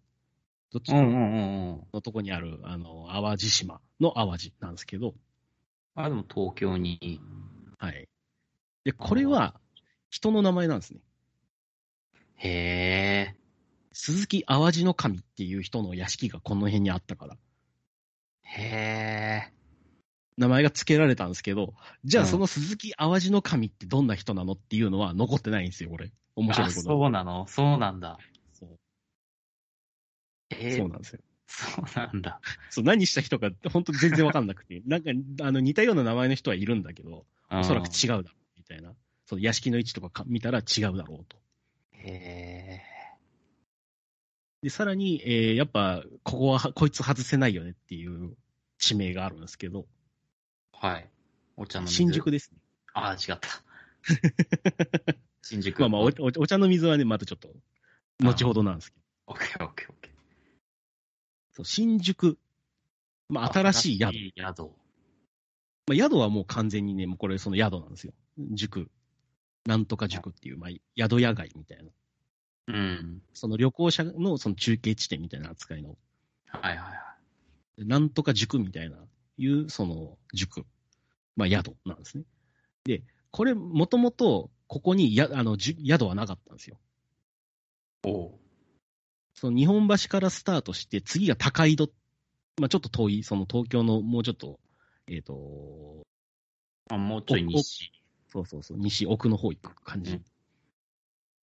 [SPEAKER 3] どっち
[SPEAKER 4] うんうんうんうん。
[SPEAKER 3] のとこにある、あの、淡路島の淡路なんですけど、
[SPEAKER 4] あ、でも東京に。
[SPEAKER 3] はい。で、これは、人の名前なんですね。
[SPEAKER 4] へえ。
[SPEAKER 3] 鈴木淡路の神っていう人の屋敷がこの辺にあったから、
[SPEAKER 4] へえ。
[SPEAKER 3] 名前が付けられたんですけど、じゃあ
[SPEAKER 4] うん
[SPEAKER 3] その鈴木淡路の神ってどんな人なのっていうのは残ってないんですよ、これ。面白
[SPEAKER 4] あ、
[SPEAKER 3] いことに。
[SPEAKER 4] そうなのそうなんだ。
[SPEAKER 3] そう
[SPEAKER 4] え
[SPEAKER 3] そう
[SPEAKER 4] ー、
[SPEAKER 3] なんですよ。
[SPEAKER 4] そうなん だ。
[SPEAKER 3] そう、何した人かって本当全然わかんなくて、 なんか、あの、似たような名前の人はいるんだけど、おそらく
[SPEAKER 4] うん
[SPEAKER 3] 違うだろう、みたいな。その屋敷の位置とかか見たら違うだろうと。
[SPEAKER 4] へ
[SPEAKER 3] で、さらに、えーやっぱ、ここは、こいつ外せないよねっていう地名があるんですけど、
[SPEAKER 4] ーはい。お茶の水。
[SPEAKER 3] 新宿ですね。
[SPEAKER 4] ああ、違った。新宿。
[SPEAKER 3] まあまあお、おお茶の水はね、またちょっと、後ほどなんですけど。
[SPEAKER 4] オッケーオッケーオッケー。
[SPEAKER 3] そう新宿。まあ、新しい宿。
[SPEAKER 4] 新しい宿。
[SPEAKER 3] まあ、宿はもう完全にね、もうこれその宿なんですよ。塾。なんとか塾っていう、まあ、宿屋街みたいな。
[SPEAKER 4] うん。
[SPEAKER 3] その旅行者のその中継地点みたいな扱いの。
[SPEAKER 4] はいはいはい。
[SPEAKER 3] なんとか塾みたいな、いう、その塾。まあ、宿なんですね。で、これ、もともと、ここにや、あの、じゅ宿はなかったんですよ。
[SPEAKER 4] おう
[SPEAKER 3] その日本橋からスタートして、次が高井戸。まあ、ちょっと遠い、その東京のもうちょっと、えっ、と、
[SPEAKER 4] あ、もうちょい西。
[SPEAKER 3] そうそうそう、西奥の方行く感じ。
[SPEAKER 4] うん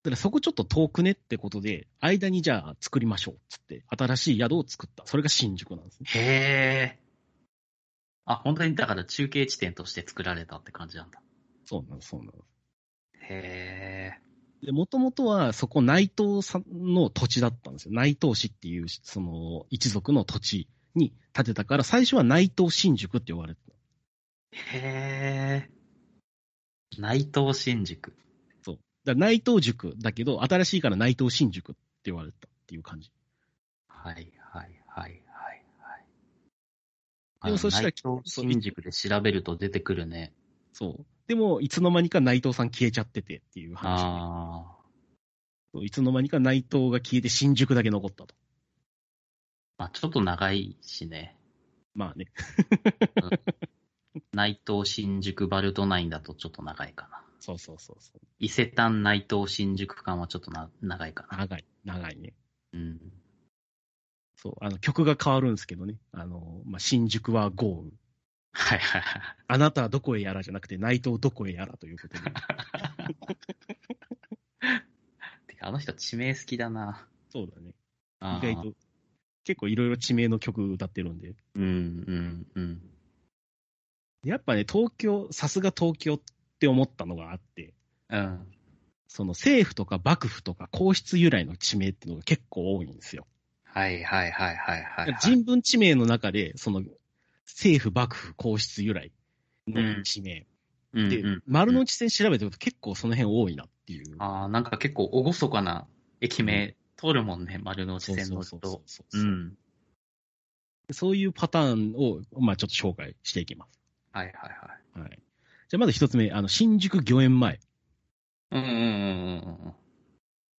[SPEAKER 3] だからそこちょっと遠くねってことで、間にじゃあ作りましょうっつって、新しい宿を作った。それが新宿なんですね。
[SPEAKER 4] へえ。あ、本当にだから中継地点として作られたって感じなんだ。
[SPEAKER 3] そうなんです、そうなんで
[SPEAKER 4] へえ。
[SPEAKER 3] す。で、もともとはそこ内藤さんの土地だったんですよ。内藤氏っていう、その一族の土地に建てたから、最初は内藤新宿って呼ばれてた。
[SPEAKER 4] へえ。内藤新宿。
[SPEAKER 3] そう。だから内藤塾だけど、新しいから内藤新宿って言われたっていう感じ。
[SPEAKER 4] はいはいはいはいはい。
[SPEAKER 3] でもそしたら
[SPEAKER 4] あの内藤新宿で調べると出てくるね。
[SPEAKER 3] そう。でも、いつの間にか内藤さん消えちゃっててっていう話。
[SPEAKER 4] ああ。
[SPEAKER 3] いつの間にか内藤が消えて新宿だけ残ったと。
[SPEAKER 4] まあちょっと長いしね。
[SPEAKER 3] まあね。
[SPEAKER 4] 内藤新宿バルトナインだとちょっと長いかな。
[SPEAKER 3] そうそうそうそう。
[SPEAKER 4] 伊勢丹内藤新宿間はちょっとな長いかな。
[SPEAKER 3] 長い、長いね。
[SPEAKER 4] うん。
[SPEAKER 3] そう。あの、曲が変わるんですけどね。あの、まあ、新宿は豪雨。
[SPEAKER 4] はいはいはい。
[SPEAKER 3] あなたはどこへやらじゃなくて、内藤どこへやらということで。
[SPEAKER 4] てか、あの人地名好きだな。
[SPEAKER 3] そうだね。
[SPEAKER 4] あー
[SPEAKER 3] 意外と。結構いろいろ地名の曲歌ってるんで。
[SPEAKER 4] うんうんうん。
[SPEAKER 3] でやっぱね、東京、さすが東京って思ったのがあって、
[SPEAKER 4] うん。
[SPEAKER 3] その政府とか幕府とか皇室由来の地名っていうのが結構多いんですよ。
[SPEAKER 4] はいはいはいはいはい、はい。
[SPEAKER 3] 人文地名の中で、その政府、幕府、皇室由来の地名、
[SPEAKER 4] うん
[SPEAKER 3] で、
[SPEAKER 4] うん、
[SPEAKER 3] 丸の内線調べてると結構その辺多いなっていう。
[SPEAKER 4] ああ、なんか結構厳かな駅名通るもんね、丸の内線の
[SPEAKER 3] そう
[SPEAKER 4] 人。
[SPEAKER 3] そううそう、
[SPEAKER 4] ん。
[SPEAKER 3] そういうパターンを、まあちょっと紹介していきます。
[SPEAKER 4] はいはいは
[SPEAKER 3] は
[SPEAKER 4] い。
[SPEAKER 3] い。じゃあまず一つ目、あの、新宿御苑前。
[SPEAKER 4] うんうんうんうんうん。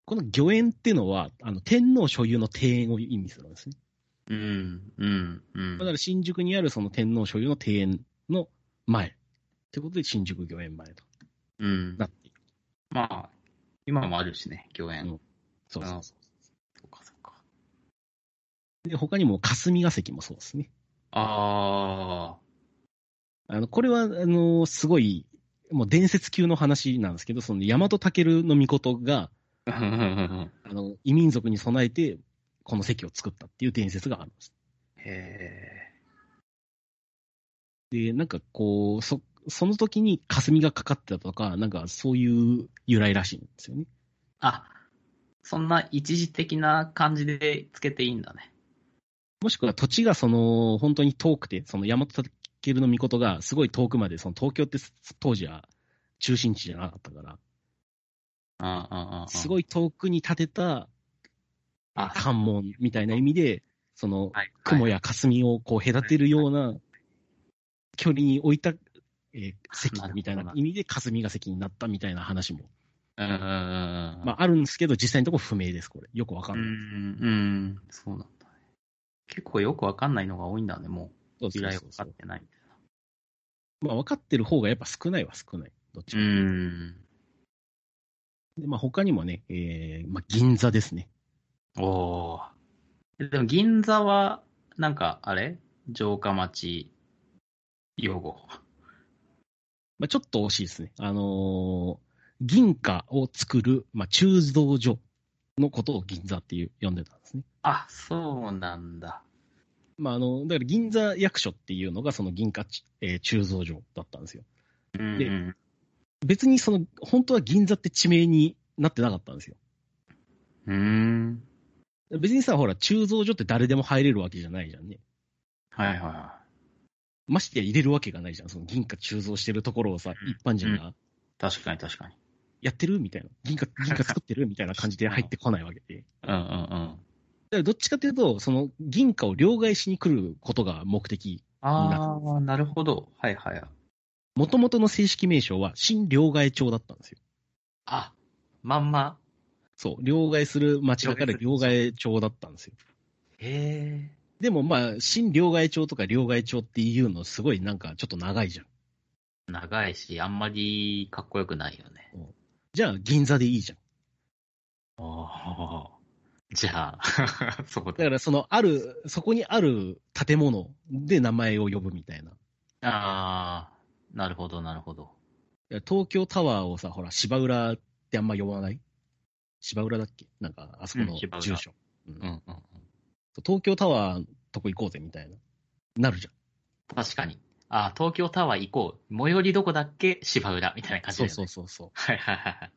[SPEAKER 3] この御苑っていうのは、あの、天皇所有の庭園を意味するんですね。
[SPEAKER 4] うんうんうん。
[SPEAKER 3] だから新宿にあるその天皇所有の庭園の前。ということで、新宿御苑前と
[SPEAKER 4] うん
[SPEAKER 3] な。っている。
[SPEAKER 4] まあ、今もあるしね、共
[SPEAKER 3] う
[SPEAKER 4] 演
[SPEAKER 3] ん。そうそうそ
[SPEAKER 4] そうかそうか。
[SPEAKER 3] う。で、他にも霞が関もそうですね。
[SPEAKER 4] ああ、
[SPEAKER 3] あの、これは、あの、すごい、もう伝説級の話なんですけど、その、大和武の御事が、
[SPEAKER 4] へ
[SPEAKER 3] あの、異民族に備えて、この席を作ったっていう伝説があるんです。
[SPEAKER 4] え。
[SPEAKER 3] で、なんかこう、そ、その時に霞がかかってたとか、なんかそういう由来らしいんですよね。
[SPEAKER 4] あ、そんな一時的な感じでつけていいんだね。
[SPEAKER 3] もしくは土地がその、本当に遠くて、その大和武の御事がすごい遠くまで、その東京って当時は中心地じゃなかったから、
[SPEAKER 4] うんうんうんうん。
[SPEAKER 3] すごい遠くに建てた
[SPEAKER 4] あ
[SPEAKER 3] 関門みたいな意味で、その、
[SPEAKER 4] はい、
[SPEAKER 3] 雲
[SPEAKER 4] はい
[SPEAKER 3] や霞をこう隔てるような距離に置いた、えー席みたいな意味で霞が関になったみたいな話も、
[SPEAKER 4] うんうんうんうん。
[SPEAKER 3] まあ、あるんですけど、実際のところ不明です、これ。よくわか
[SPEAKER 4] うん
[SPEAKER 3] ない。
[SPEAKER 4] ん、うん、そうなんだね。結構よくわかんないのが多いんだね、も
[SPEAKER 3] そう
[SPEAKER 4] う。
[SPEAKER 3] そ
[SPEAKER 4] 依
[SPEAKER 3] う
[SPEAKER 4] 頼
[SPEAKER 3] そう
[SPEAKER 4] 分かってない。
[SPEAKER 3] まあ、分かってる方がやっぱ少ないは少ない。どっち
[SPEAKER 4] う
[SPEAKER 3] も。
[SPEAKER 4] ん。
[SPEAKER 3] でまあ、他にもね、えーまあ、銀座ですね。
[SPEAKER 4] おーでも銀座は、なんか、あれ城下町用語。
[SPEAKER 3] まあ、ちょっと惜しいですね。あのー銀貨を作る、まあ、鋳造所のことを銀座っていう呼んでたんですね。
[SPEAKER 4] あ、そうなんだ。
[SPEAKER 3] まあ、あの、だから銀座役所っていうのがその銀貨ち、えー鋳造所だったんですよ。
[SPEAKER 4] うん
[SPEAKER 3] で
[SPEAKER 4] うん。
[SPEAKER 3] 別にその、本当は銀座って地名になってなかったんですよ。
[SPEAKER 4] うーん。
[SPEAKER 3] 別にさ、ほら、鋳造所って誰でも入れるわけじゃないじゃんね。
[SPEAKER 4] はいはいは
[SPEAKER 3] ましてや入れるわけがないじゃん。その銀貨鋳造してるところをさ、一般人が、
[SPEAKER 4] い。確かに確かに。
[SPEAKER 3] やってるみたいな。銀貨、銀貨作ってるみたいな感じで入ってこないわけで。
[SPEAKER 4] うんうんうん。
[SPEAKER 3] だからどっちかというと、その銀貨を両替しに来ることが目的。
[SPEAKER 4] ああ、なるほど。はいはい。
[SPEAKER 3] もともとの正式名称は新両替町だったんですよ。
[SPEAKER 4] あ、まんま。
[SPEAKER 3] そう。両替する町だから両替町だったんですよ。
[SPEAKER 4] へえ。
[SPEAKER 3] でもまあ、新両替町とか両替町っていうのすごいなんかちょっと長いじゃん。
[SPEAKER 4] 長いし、あんまりかっこよくないよね。
[SPEAKER 3] じゃあ銀座でいいじゃん。
[SPEAKER 4] ああ。じゃあ、 そう
[SPEAKER 3] だ
[SPEAKER 4] だ。
[SPEAKER 3] からそのある、そこにある建物で名前を呼ぶみたいな。
[SPEAKER 4] ああ、なるほど、なるほど。
[SPEAKER 3] 東京タワーをさ、ほら、芝浦ってあんま呼ばない芝浦だっけなんか、あそこ
[SPEAKER 4] う
[SPEAKER 3] の
[SPEAKER 4] ん芝浦
[SPEAKER 3] 住所。うん
[SPEAKER 4] うんうん。
[SPEAKER 3] 東京タワーのとこ行こうぜみたいな。なるじゃん。
[SPEAKER 4] 確かに。あー東京タワー行こう。最寄りどこだっけ芝浦みたいな感じ
[SPEAKER 3] そ
[SPEAKER 4] だ
[SPEAKER 3] う
[SPEAKER 4] よね。
[SPEAKER 3] そうそうそう。
[SPEAKER 4] はいはいはいはい。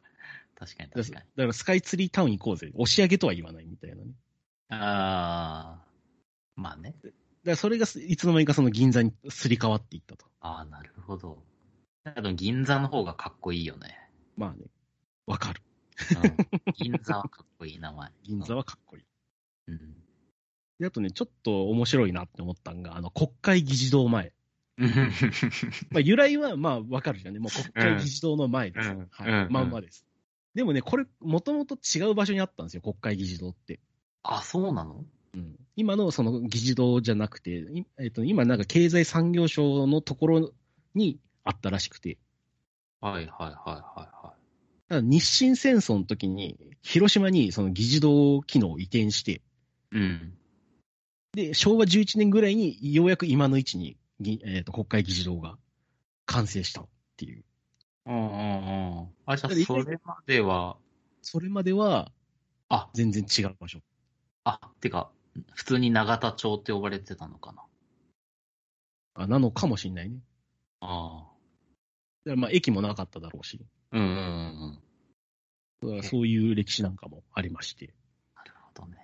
[SPEAKER 4] 確かに
[SPEAKER 3] だ
[SPEAKER 4] 確
[SPEAKER 3] か
[SPEAKER 4] からに。
[SPEAKER 3] だからスカイツリータウン行こうぜ。押し上げとは言わないみたいなね。
[SPEAKER 4] ああ。まあね。
[SPEAKER 3] だからそれがすいつの間にかその銀座にすり替わっていったと。
[SPEAKER 4] ああ、なるほど。だけど銀座の方がかっこいいよね。
[SPEAKER 3] まあね。わかる。
[SPEAKER 4] うん、銀座はかっこいい名前。
[SPEAKER 3] 銀座はかっこいい。
[SPEAKER 4] うん。
[SPEAKER 3] で、あとね、ちょっと面白いなって思ったんが、あの、国会議事堂前。
[SPEAKER 4] うん。
[SPEAKER 3] まあ、由来は、まあ、わかるじゃんね。もう国会議事堂の前です。
[SPEAKER 4] うん
[SPEAKER 3] はい
[SPEAKER 4] うん
[SPEAKER 3] まんまです。でもね、これ、もともと違う場所にあったんですよ、国会議事堂って。
[SPEAKER 4] あ、そうなの
[SPEAKER 3] 今のその議事堂じゃなくて、いえっと、今なんか経済産業省のところにあったらしくて、
[SPEAKER 4] はいはいはいはいはい。
[SPEAKER 3] ただ日清戦争の時に、広島にその議事堂機能を移転して、
[SPEAKER 4] うん。
[SPEAKER 3] で、昭和11年ぐらいにようやく今の位置にぎ、えっと国会議事堂が完成したっていう。
[SPEAKER 4] うんうんうん。あ、じゃ
[SPEAKER 3] だから
[SPEAKER 4] あ、それまでは、
[SPEAKER 3] それまでは
[SPEAKER 4] あ、
[SPEAKER 3] 全然違う場所。
[SPEAKER 4] あ、てか、普通に永田町って呼ばれてたのかな。
[SPEAKER 3] あなのかもしれないね。
[SPEAKER 4] あ
[SPEAKER 3] だからまあ駅もなかっただろうし、
[SPEAKER 4] あ。うんうんうんうん。
[SPEAKER 3] そういう歴史なんかもありまして。
[SPEAKER 4] なるほどね。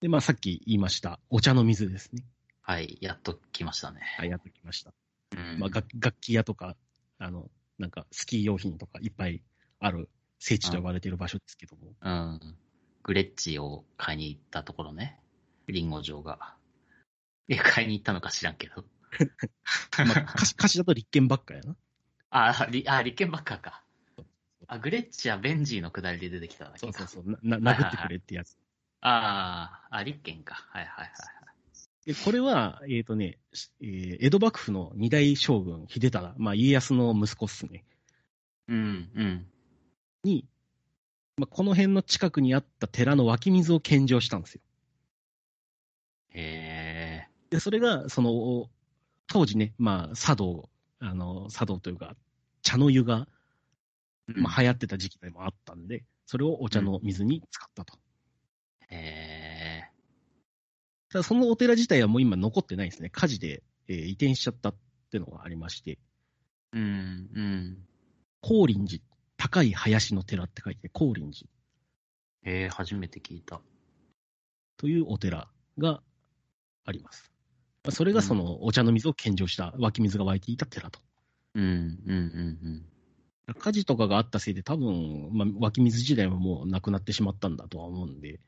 [SPEAKER 3] で、まあさっき言いました、お茶の水ですね。
[SPEAKER 4] はい、やっと来ましたね。
[SPEAKER 3] はい、やってきました。
[SPEAKER 4] うん
[SPEAKER 3] まあ、楽楽器屋とか、あの、なんかスキー用品とかいっぱいある聖地と呼ばれている場所ですけども、
[SPEAKER 4] うん。グレッチを買いに行ったところね。リンゴ場が。いや、買いに行ったのか知らんけど。
[SPEAKER 3] まあ、歌詞歌詞だと立憲ばっかやな。
[SPEAKER 4] あ、りあ、立憲ばっかか。あ、グレッチやベンジーの下りで出てきただけ
[SPEAKER 3] そう
[SPEAKER 4] か。
[SPEAKER 3] そうそう、なな殴ってくれってやつ。
[SPEAKER 4] ああ、あ、立憲か。はいはいはいはい。
[SPEAKER 3] で、これは、えっ、とね、しえー江戸幕府の二代将軍、秀忠、まあ、家康の息子っすね。
[SPEAKER 4] うん、うん。
[SPEAKER 3] に、まあ、この辺の近くにあった寺の湧き水を献上したんですよ。
[SPEAKER 4] へえ。
[SPEAKER 3] で、それが、その、当時ね、まあ、茶道、あの、茶道というか、茶の湯がまあ、流行ってた時期でもあったんで、それをお茶の水に使ったと。
[SPEAKER 4] へえ。
[SPEAKER 3] ただそのお寺自体はもう今残ってないんですね。火事で、えー移転しちゃったっていうのがありまして、
[SPEAKER 4] うん、うん。
[SPEAKER 3] 高林寺、高い林の寺って書いて、高林寺
[SPEAKER 4] へえ、初めて聞いた。
[SPEAKER 3] というお寺があります。まあそれがそのお茶の水を献上した、湧き水が湧いていた寺と。
[SPEAKER 4] うん、うん、うん、
[SPEAKER 3] 火事とかがあったせいで多分、まあ、湧き水自体ももうなくなってしまったんだとは思うんで、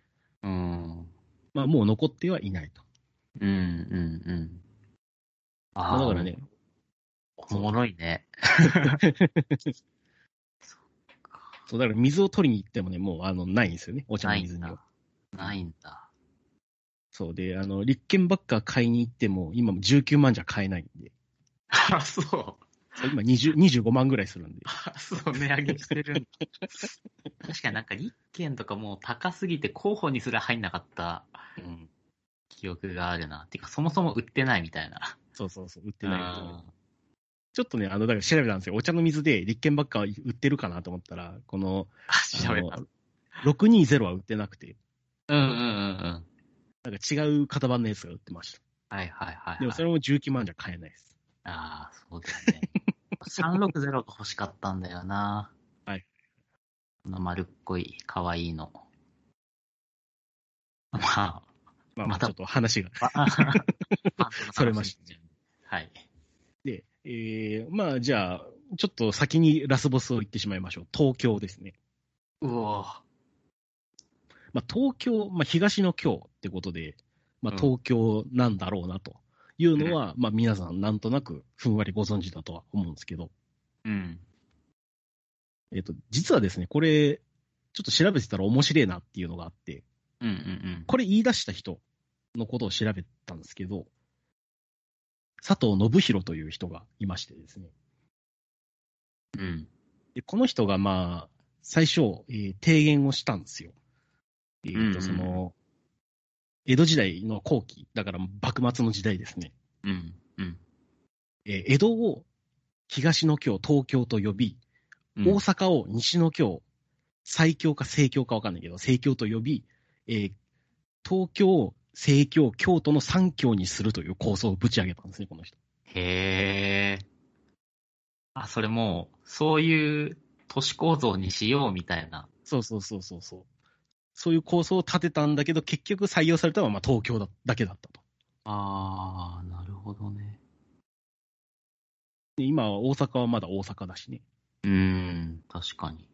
[SPEAKER 4] うん。うん、
[SPEAKER 3] まあもう残ってはいないと。
[SPEAKER 4] うん、うん、うん。
[SPEAKER 3] ま
[SPEAKER 4] あ
[SPEAKER 3] あ
[SPEAKER 4] あ、
[SPEAKER 3] だからね、
[SPEAKER 4] おもろいね。
[SPEAKER 3] そうだから水を取りに行ってもね、もうあのないんですよね、お茶
[SPEAKER 4] な
[SPEAKER 3] の
[SPEAKER 4] い
[SPEAKER 3] 水
[SPEAKER 4] ん
[SPEAKER 3] には
[SPEAKER 4] だ。。ないんだ。
[SPEAKER 3] そうで、あの、立憲ばっか買いに行っても、今も19万じゃ買えないんで、
[SPEAKER 4] あ、そう。
[SPEAKER 3] そう今20 25万ぐらいするんで。
[SPEAKER 4] あ、そう、値上げしてるんだ。 確かになんか立憲とかもう高すぎて候補にすら入んなかった
[SPEAKER 3] うん、
[SPEAKER 4] 記憶があるな。てか、そもそも売ってないみたいな。
[SPEAKER 3] そうそうそう、売ってないみたいな
[SPEAKER 4] あ
[SPEAKER 3] ちょっとね、あの、だから調べたんですよ。お茶の水で立憲ばっか売ってるかなと思ったら、この、
[SPEAKER 4] ーあ 調べた。
[SPEAKER 3] あの620は売ってなくて、
[SPEAKER 4] うんうんうん
[SPEAKER 3] なんか違う型番のやつが売ってまし
[SPEAKER 4] うん。はいはいはい、は
[SPEAKER 3] た。
[SPEAKER 4] い。
[SPEAKER 3] でもそれも19万じゃ買えないです。
[SPEAKER 4] ああ、そうだよね。360が欲しかったんだよな。
[SPEAKER 3] はい。
[SPEAKER 4] この丸っこい、かわいいの。ま
[SPEAKER 3] まあ、
[SPEAKER 4] ま
[SPEAKER 3] ち
[SPEAKER 4] た
[SPEAKER 3] ょっと話が。
[SPEAKER 4] あ、 あ
[SPEAKER 3] それまし。
[SPEAKER 4] はい。
[SPEAKER 3] で、えー、まあじゃあ、ちょっと先にラスボスを言ってしまいましょう。東京ですね。
[SPEAKER 4] うおー
[SPEAKER 3] まあ東京、まあ東の京ってことで、まあ
[SPEAKER 4] うん
[SPEAKER 3] 東京なんだろうなというのは、まあ皆さんなんとなくふんわりご存知だとは思うんですけど、
[SPEAKER 4] うん。
[SPEAKER 3] えっ、と、実はですね、これ、ちょっと調べてたら面白いなっていうのがあって、
[SPEAKER 4] うんうんうん。
[SPEAKER 3] これ言い出した人のことを調べたんですけど、佐藤信弘という人がいましてですね。
[SPEAKER 4] うん。
[SPEAKER 3] で、この人がまあ、最初、えー提言をしたんですよ。えっ、
[SPEAKER 4] うんうんう
[SPEAKER 3] と、
[SPEAKER 4] ん
[SPEAKER 3] その、江戸時代の後期、だから幕末の時代ですね。
[SPEAKER 4] うん。うん。
[SPEAKER 3] えー江戸を東の京、東京と呼び、
[SPEAKER 4] うん
[SPEAKER 3] 大阪を西の京、最強か西京か分かんないけど、西京と呼び、えー東京を西京、京都の三京にするという構想をぶち上げたんですね、この人。
[SPEAKER 4] へえ。あ、それもう、そういう都市構造にしようみたいな。
[SPEAKER 3] そうそうそうそうそう。そういう構想を立てたんだけど、結局採用されたのはまあ東京だだけだったと。
[SPEAKER 4] ああ、なるほどね。
[SPEAKER 3] で今は大阪はまだ大阪だしね。
[SPEAKER 4] うーん、確かに。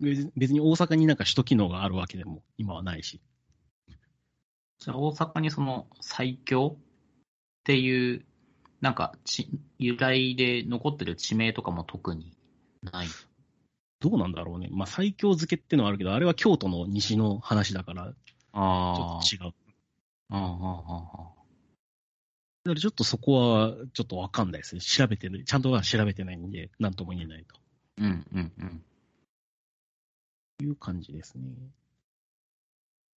[SPEAKER 3] 別別に大阪になんか首都機能があるわけでも今はないし。
[SPEAKER 4] じゃあ大阪にその最強っていう、なんかち、由来で残ってる地名とかも特にない。
[SPEAKER 3] どうなんだろうね。まあ最強付けってのはあるけど、あれは京都の西の話だから、ちょ
[SPEAKER 4] あ
[SPEAKER 3] っと違う。
[SPEAKER 4] あ。うんうんうん
[SPEAKER 3] だからちょっとそこは、ちょっとわかんないですね。調べてる、ちゃんとは調べてないんで、なんとも言えないと
[SPEAKER 4] うん。うんうんうん。
[SPEAKER 3] いう感じですね。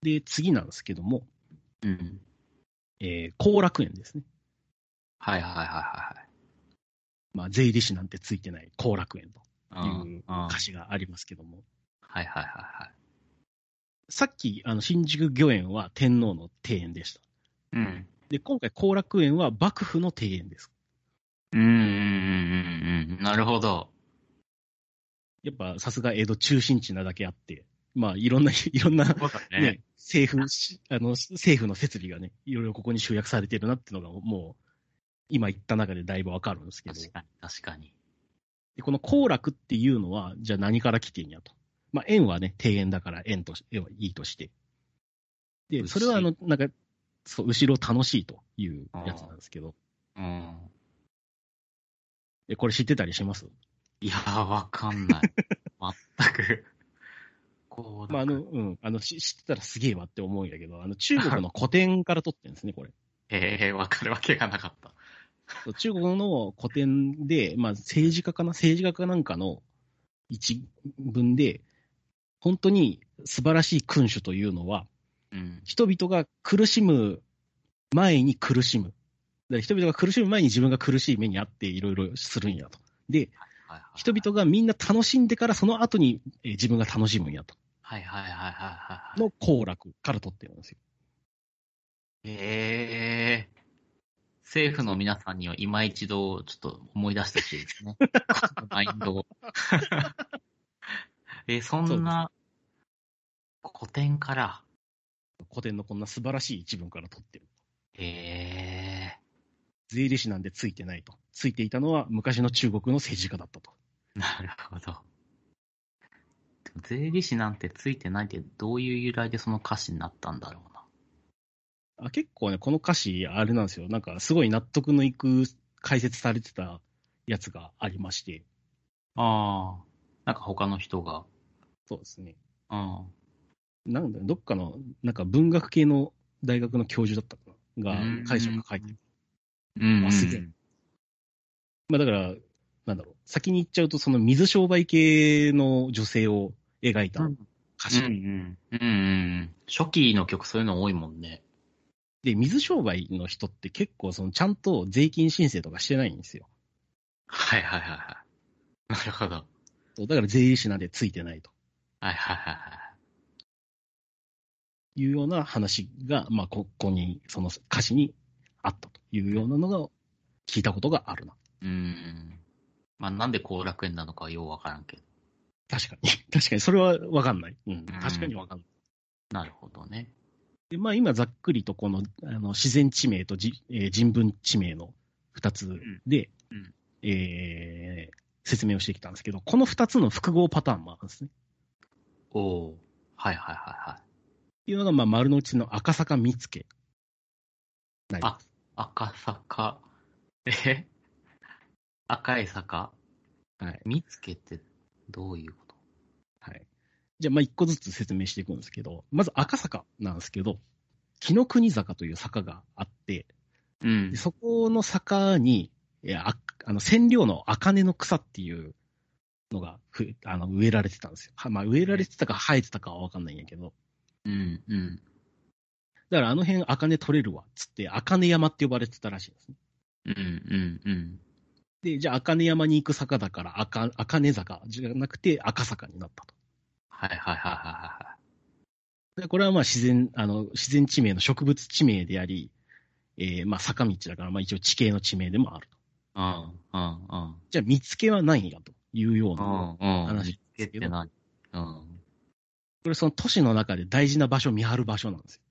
[SPEAKER 3] で、次なんですけども、
[SPEAKER 4] うん。
[SPEAKER 3] えー、後楽園ですね。
[SPEAKER 4] はいはいはいはい
[SPEAKER 3] まあ、税理士なんてついてない後楽園
[SPEAKER 4] は
[SPEAKER 3] とい
[SPEAKER 4] い。
[SPEAKER 3] う
[SPEAKER 4] うんうん
[SPEAKER 3] 歌詞がありますけども、
[SPEAKER 4] はいはいはいはい。
[SPEAKER 3] さっき、あの、新宿御苑は天皇の庭園でした。
[SPEAKER 4] うん。
[SPEAKER 3] で、今回後楽園は幕府の庭園です。
[SPEAKER 4] うんうんうんうんうん。なるほど。
[SPEAKER 3] やっぱさすが江戸中心地なだけあって、まあいろんな、 いろんな、
[SPEAKER 4] そうだ
[SPEAKER 3] ね、。政府し、あの、政府の設備がね、いろいろここに集約されてるなっていうのがもう、今言った中でだいぶわかるんですけど、
[SPEAKER 4] 確かに、確かに。
[SPEAKER 3] でこの幸楽っていうのは、じゃあ何から来てんやと。まあ円はね、庭園だから円とし、円はいいとして。で、それはあの、なんか、そう、後ろ楽しいというやつなんですけど、
[SPEAKER 4] うん。
[SPEAKER 3] えこれ知ってたりします
[SPEAKER 4] いやー、わかんない。全く。こう、
[SPEAKER 3] まあ、あの、、うん、あの、し知ってたらすげえわって思うんやけど、あの、中国の古典から取ってるんですね、これ。
[SPEAKER 4] ええー、わかるわけがなかった。
[SPEAKER 3] そう中国の古典で、まあ、政治家かな、政治家かなんかの一文で、本当に素晴らしい君主というのは、
[SPEAKER 4] うん。
[SPEAKER 3] 人々が苦しむ前に苦しむ。だから人々が苦しむ前に自分が苦しい目にあっていろいろするんやと。で、
[SPEAKER 4] はいはいはい
[SPEAKER 3] 人々がみんな楽しんでからその後にえー自分が楽しむんやと。
[SPEAKER 4] はいはいはいはいはい。
[SPEAKER 3] の幸楽から取ってるんですよ。
[SPEAKER 4] ええ政府の皆さんには今一度ちょっと思い出してほしいです ね。このマインドを。えーそんな古典から。
[SPEAKER 3] 古典のこんな素晴らしい一文から取ってる。
[SPEAKER 4] ええ
[SPEAKER 3] 税理士なんでついてないと。ついていたのは昔の中国の政治家だったと。
[SPEAKER 4] なるほど。でも税理士なんてついてないってどういう由来でその歌詞になったんだろうな。
[SPEAKER 3] あ結構ね、この歌詞、あれなんですよ。なんかすごい納得のいく解説されてたやつがありまして。
[SPEAKER 4] ああ。なんか他の人が。
[SPEAKER 3] そうですね。
[SPEAKER 4] うん。
[SPEAKER 3] なんだよどっかの、なんか文学系の大学の教授だったかなが
[SPEAKER 4] うん、
[SPEAKER 3] 解釈が書いてる。
[SPEAKER 4] うん、
[SPEAKER 3] あすげえまあだから、なんだろう、先に言っちゃうと、その水商売系の女性を描いた歌詞。
[SPEAKER 4] うんうん。うんうん。初期の曲そういうの多いもんね。
[SPEAKER 3] で、水商売の人って結構、その、ちゃんと税金申請とかしてないんですよ。
[SPEAKER 4] はいはいはいはい。なるほど。はい
[SPEAKER 3] そうだから税理士なんでついてないと
[SPEAKER 4] はいはいはい。
[SPEAKER 3] いうような話が、まあ、ここに、その歌詞にあったというようなのが、聞いたことがあるな。
[SPEAKER 4] うん。まあなんで後楽園なのかはようわからんけど。
[SPEAKER 3] 確かに。 確かに、それはわかんない。うん、確かにわかんない。
[SPEAKER 4] なるほどね。
[SPEAKER 3] で、まあ今ざっくりとこのあの自然地名とじ、えー人文地名の二つで、
[SPEAKER 4] うんうん
[SPEAKER 3] えー説明をしてきたんですけど、この二つの複合パターンもあるんですね。
[SPEAKER 4] おおはいはいはいはい。
[SPEAKER 3] っていうのが、まあ丸の内の赤坂見附。ない
[SPEAKER 4] あ赤坂。え赤い坂
[SPEAKER 3] はい。
[SPEAKER 4] 見つけてどういうこと
[SPEAKER 3] はい。じゃあまあ一個ずつ説明していくんですけど、まず赤坂なんですけど、木の国坂という坂があって、
[SPEAKER 4] うん
[SPEAKER 3] でそこの坂に、えーああの、染料の茜の草っていうのがふあの植えられてたんですよ。はまあ、植えられてたか生えてたかはわかんないんやけど。
[SPEAKER 4] うんうん。
[SPEAKER 3] だからあの辺茜取れるわ、つって、茜山って呼ばれてたらしいんですね。
[SPEAKER 4] うんうんうん。
[SPEAKER 3] で、じゃあ茜山に行く坂だから、赤茜坂じゃなくて赤坂になったと。
[SPEAKER 4] はいはいはいはいは
[SPEAKER 3] でこれはまあ自然、あの、自然地名の植物地名であり、えーまあ坂道だから、まあ一応地形の地名でもあると。
[SPEAKER 4] い。うんうんうん。
[SPEAKER 3] じゃあ見つけはないんやというような。
[SPEAKER 4] うんうん。
[SPEAKER 3] 話
[SPEAKER 4] 見つけてない。うん。
[SPEAKER 3] これその都市の中で大事な場所、見張る場所なんですよ。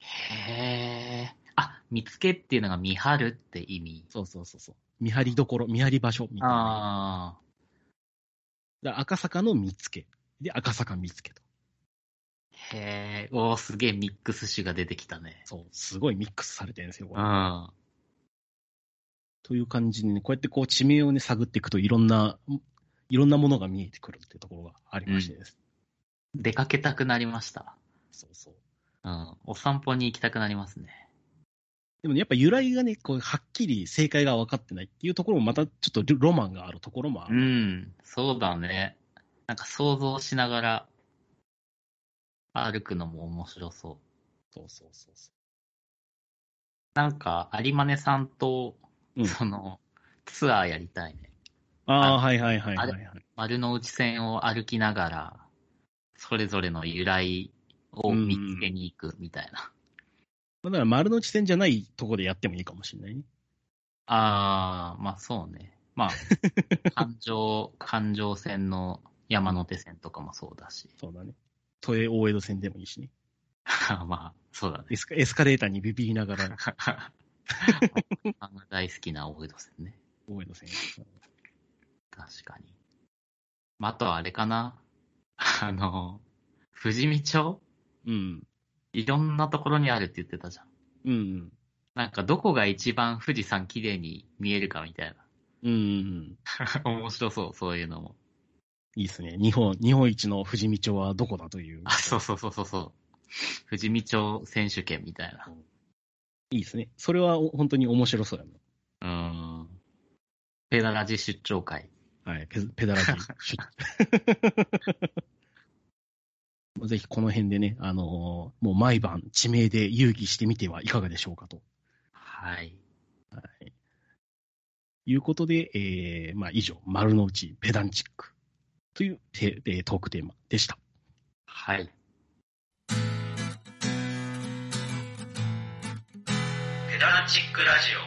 [SPEAKER 4] へえ。あ、見つけっていうのが見張るって意味。
[SPEAKER 3] そうそうそうそう。見張りどころ、見張り場所みたいな。
[SPEAKER 4] あ
[SPEAKER 3] だから赤坂の見つけ。で、赤坂見つけと。
[SPEAKER 4] あ。へえ。おーすげえミックス種が出てきたね。
[SPEAKER 3] そう、すごいミックスされてるんですよ、こ
[SPEAKER 4] う
[SPEAKER 3] れ。
[SPEAKER 4] ん。
[SPEAKER 3] という感じにね、こうやってこう地名をね、探っていくといろんな、いろんなものが見えてくるっていうところがありましてです。
[SPEAKER 4] 出かけたくなりました。
[SPEAKER 3] そうそう。
[SPEAKER 4] うん。お散歩に行きたくなりますね。
[SPEAKER 3] でもね、やっぱ由来がね、こう、はっきり正解が分かってないっていうところもまたちょっとロマンがあるところもあ
[SPEAKER 4] う
[SPEAKER 3] る。
[SPEAKER 4] ん。そうだね。なんか想像しながら歩くのも面白そう。
[SPEAKER 3] そうそうそうそ
[SPEAKER 4] なんか、有馬根さんと、
[SPEAKER 3] うん
[SPEAKER 4] その、ツアーやりたいね。
[SPEAKER 3] う。ああ、
[SPEAKER 4] あ
[SPEAKER 3] はいはいはいはい、は
[SPEAKER 4] あ
[SPEAKER 3] い。
[SPEAKER 4] 丸の内線を歩きながら、それぞれの由来を見つけに行くみたいな。
[SPEAKER 3] まあだから丸の内線じゃないところでやってもいいかもしれないね。
[SPEAKER 4] ああ、まあそうね。まあ、環状、環状線の山手線とかもそうだし。
[SPEAKER 3] そうだね。都営大江戸線でもいいしね。
[SPEAKER 4] まあ、そうだね。
[SPEAKER 3] エスカエスカレーターにビビりながら
[SPEAKER 4] あの大好きな大江戸線ね。
[SPEAKER 3] 大江戸線。
[SPEAKER 4] 確かに。まあ、あとはあれかな。あの、富士見町
[SPEAKER 3] うん。
[SPEAKER 4] いろんなところにあるって言ってたじゃん。
[SPEAKER 3] うん。
[SPEAKER 4] なんかどこが一番富士山綺麗に見えるかみたいな。
[SPEAKER 3] うんうん。
[SPEAKER 4] 面白そう、そういうのも。
[SPEAKER 3] いいですね。日本、日本一の富士見町はどこだという
[SPEAKER 4] あ、。そうそうそうそうそう。富士見町選手権みたいな。
[SPEAKER 3] いいですね。それはお本当に面白そうや
[SPEAKER 4] うーん。ペダラジ出張会。
[SPEAKER 3] な。はい。ペペダラジーシュッ。ぜひこの辺でね、あのーもう毎晩地名で遊戯してみてはいかがでしょうかと
[SPEAKER 4] はい。
[SPEAKER 3] いうことで、えー、まあ以上、丸の内ペダンチックというテえートークテーマでした。
[SPEAKER 4] はい。
[SPEAKER 2] ペダラチックラジオ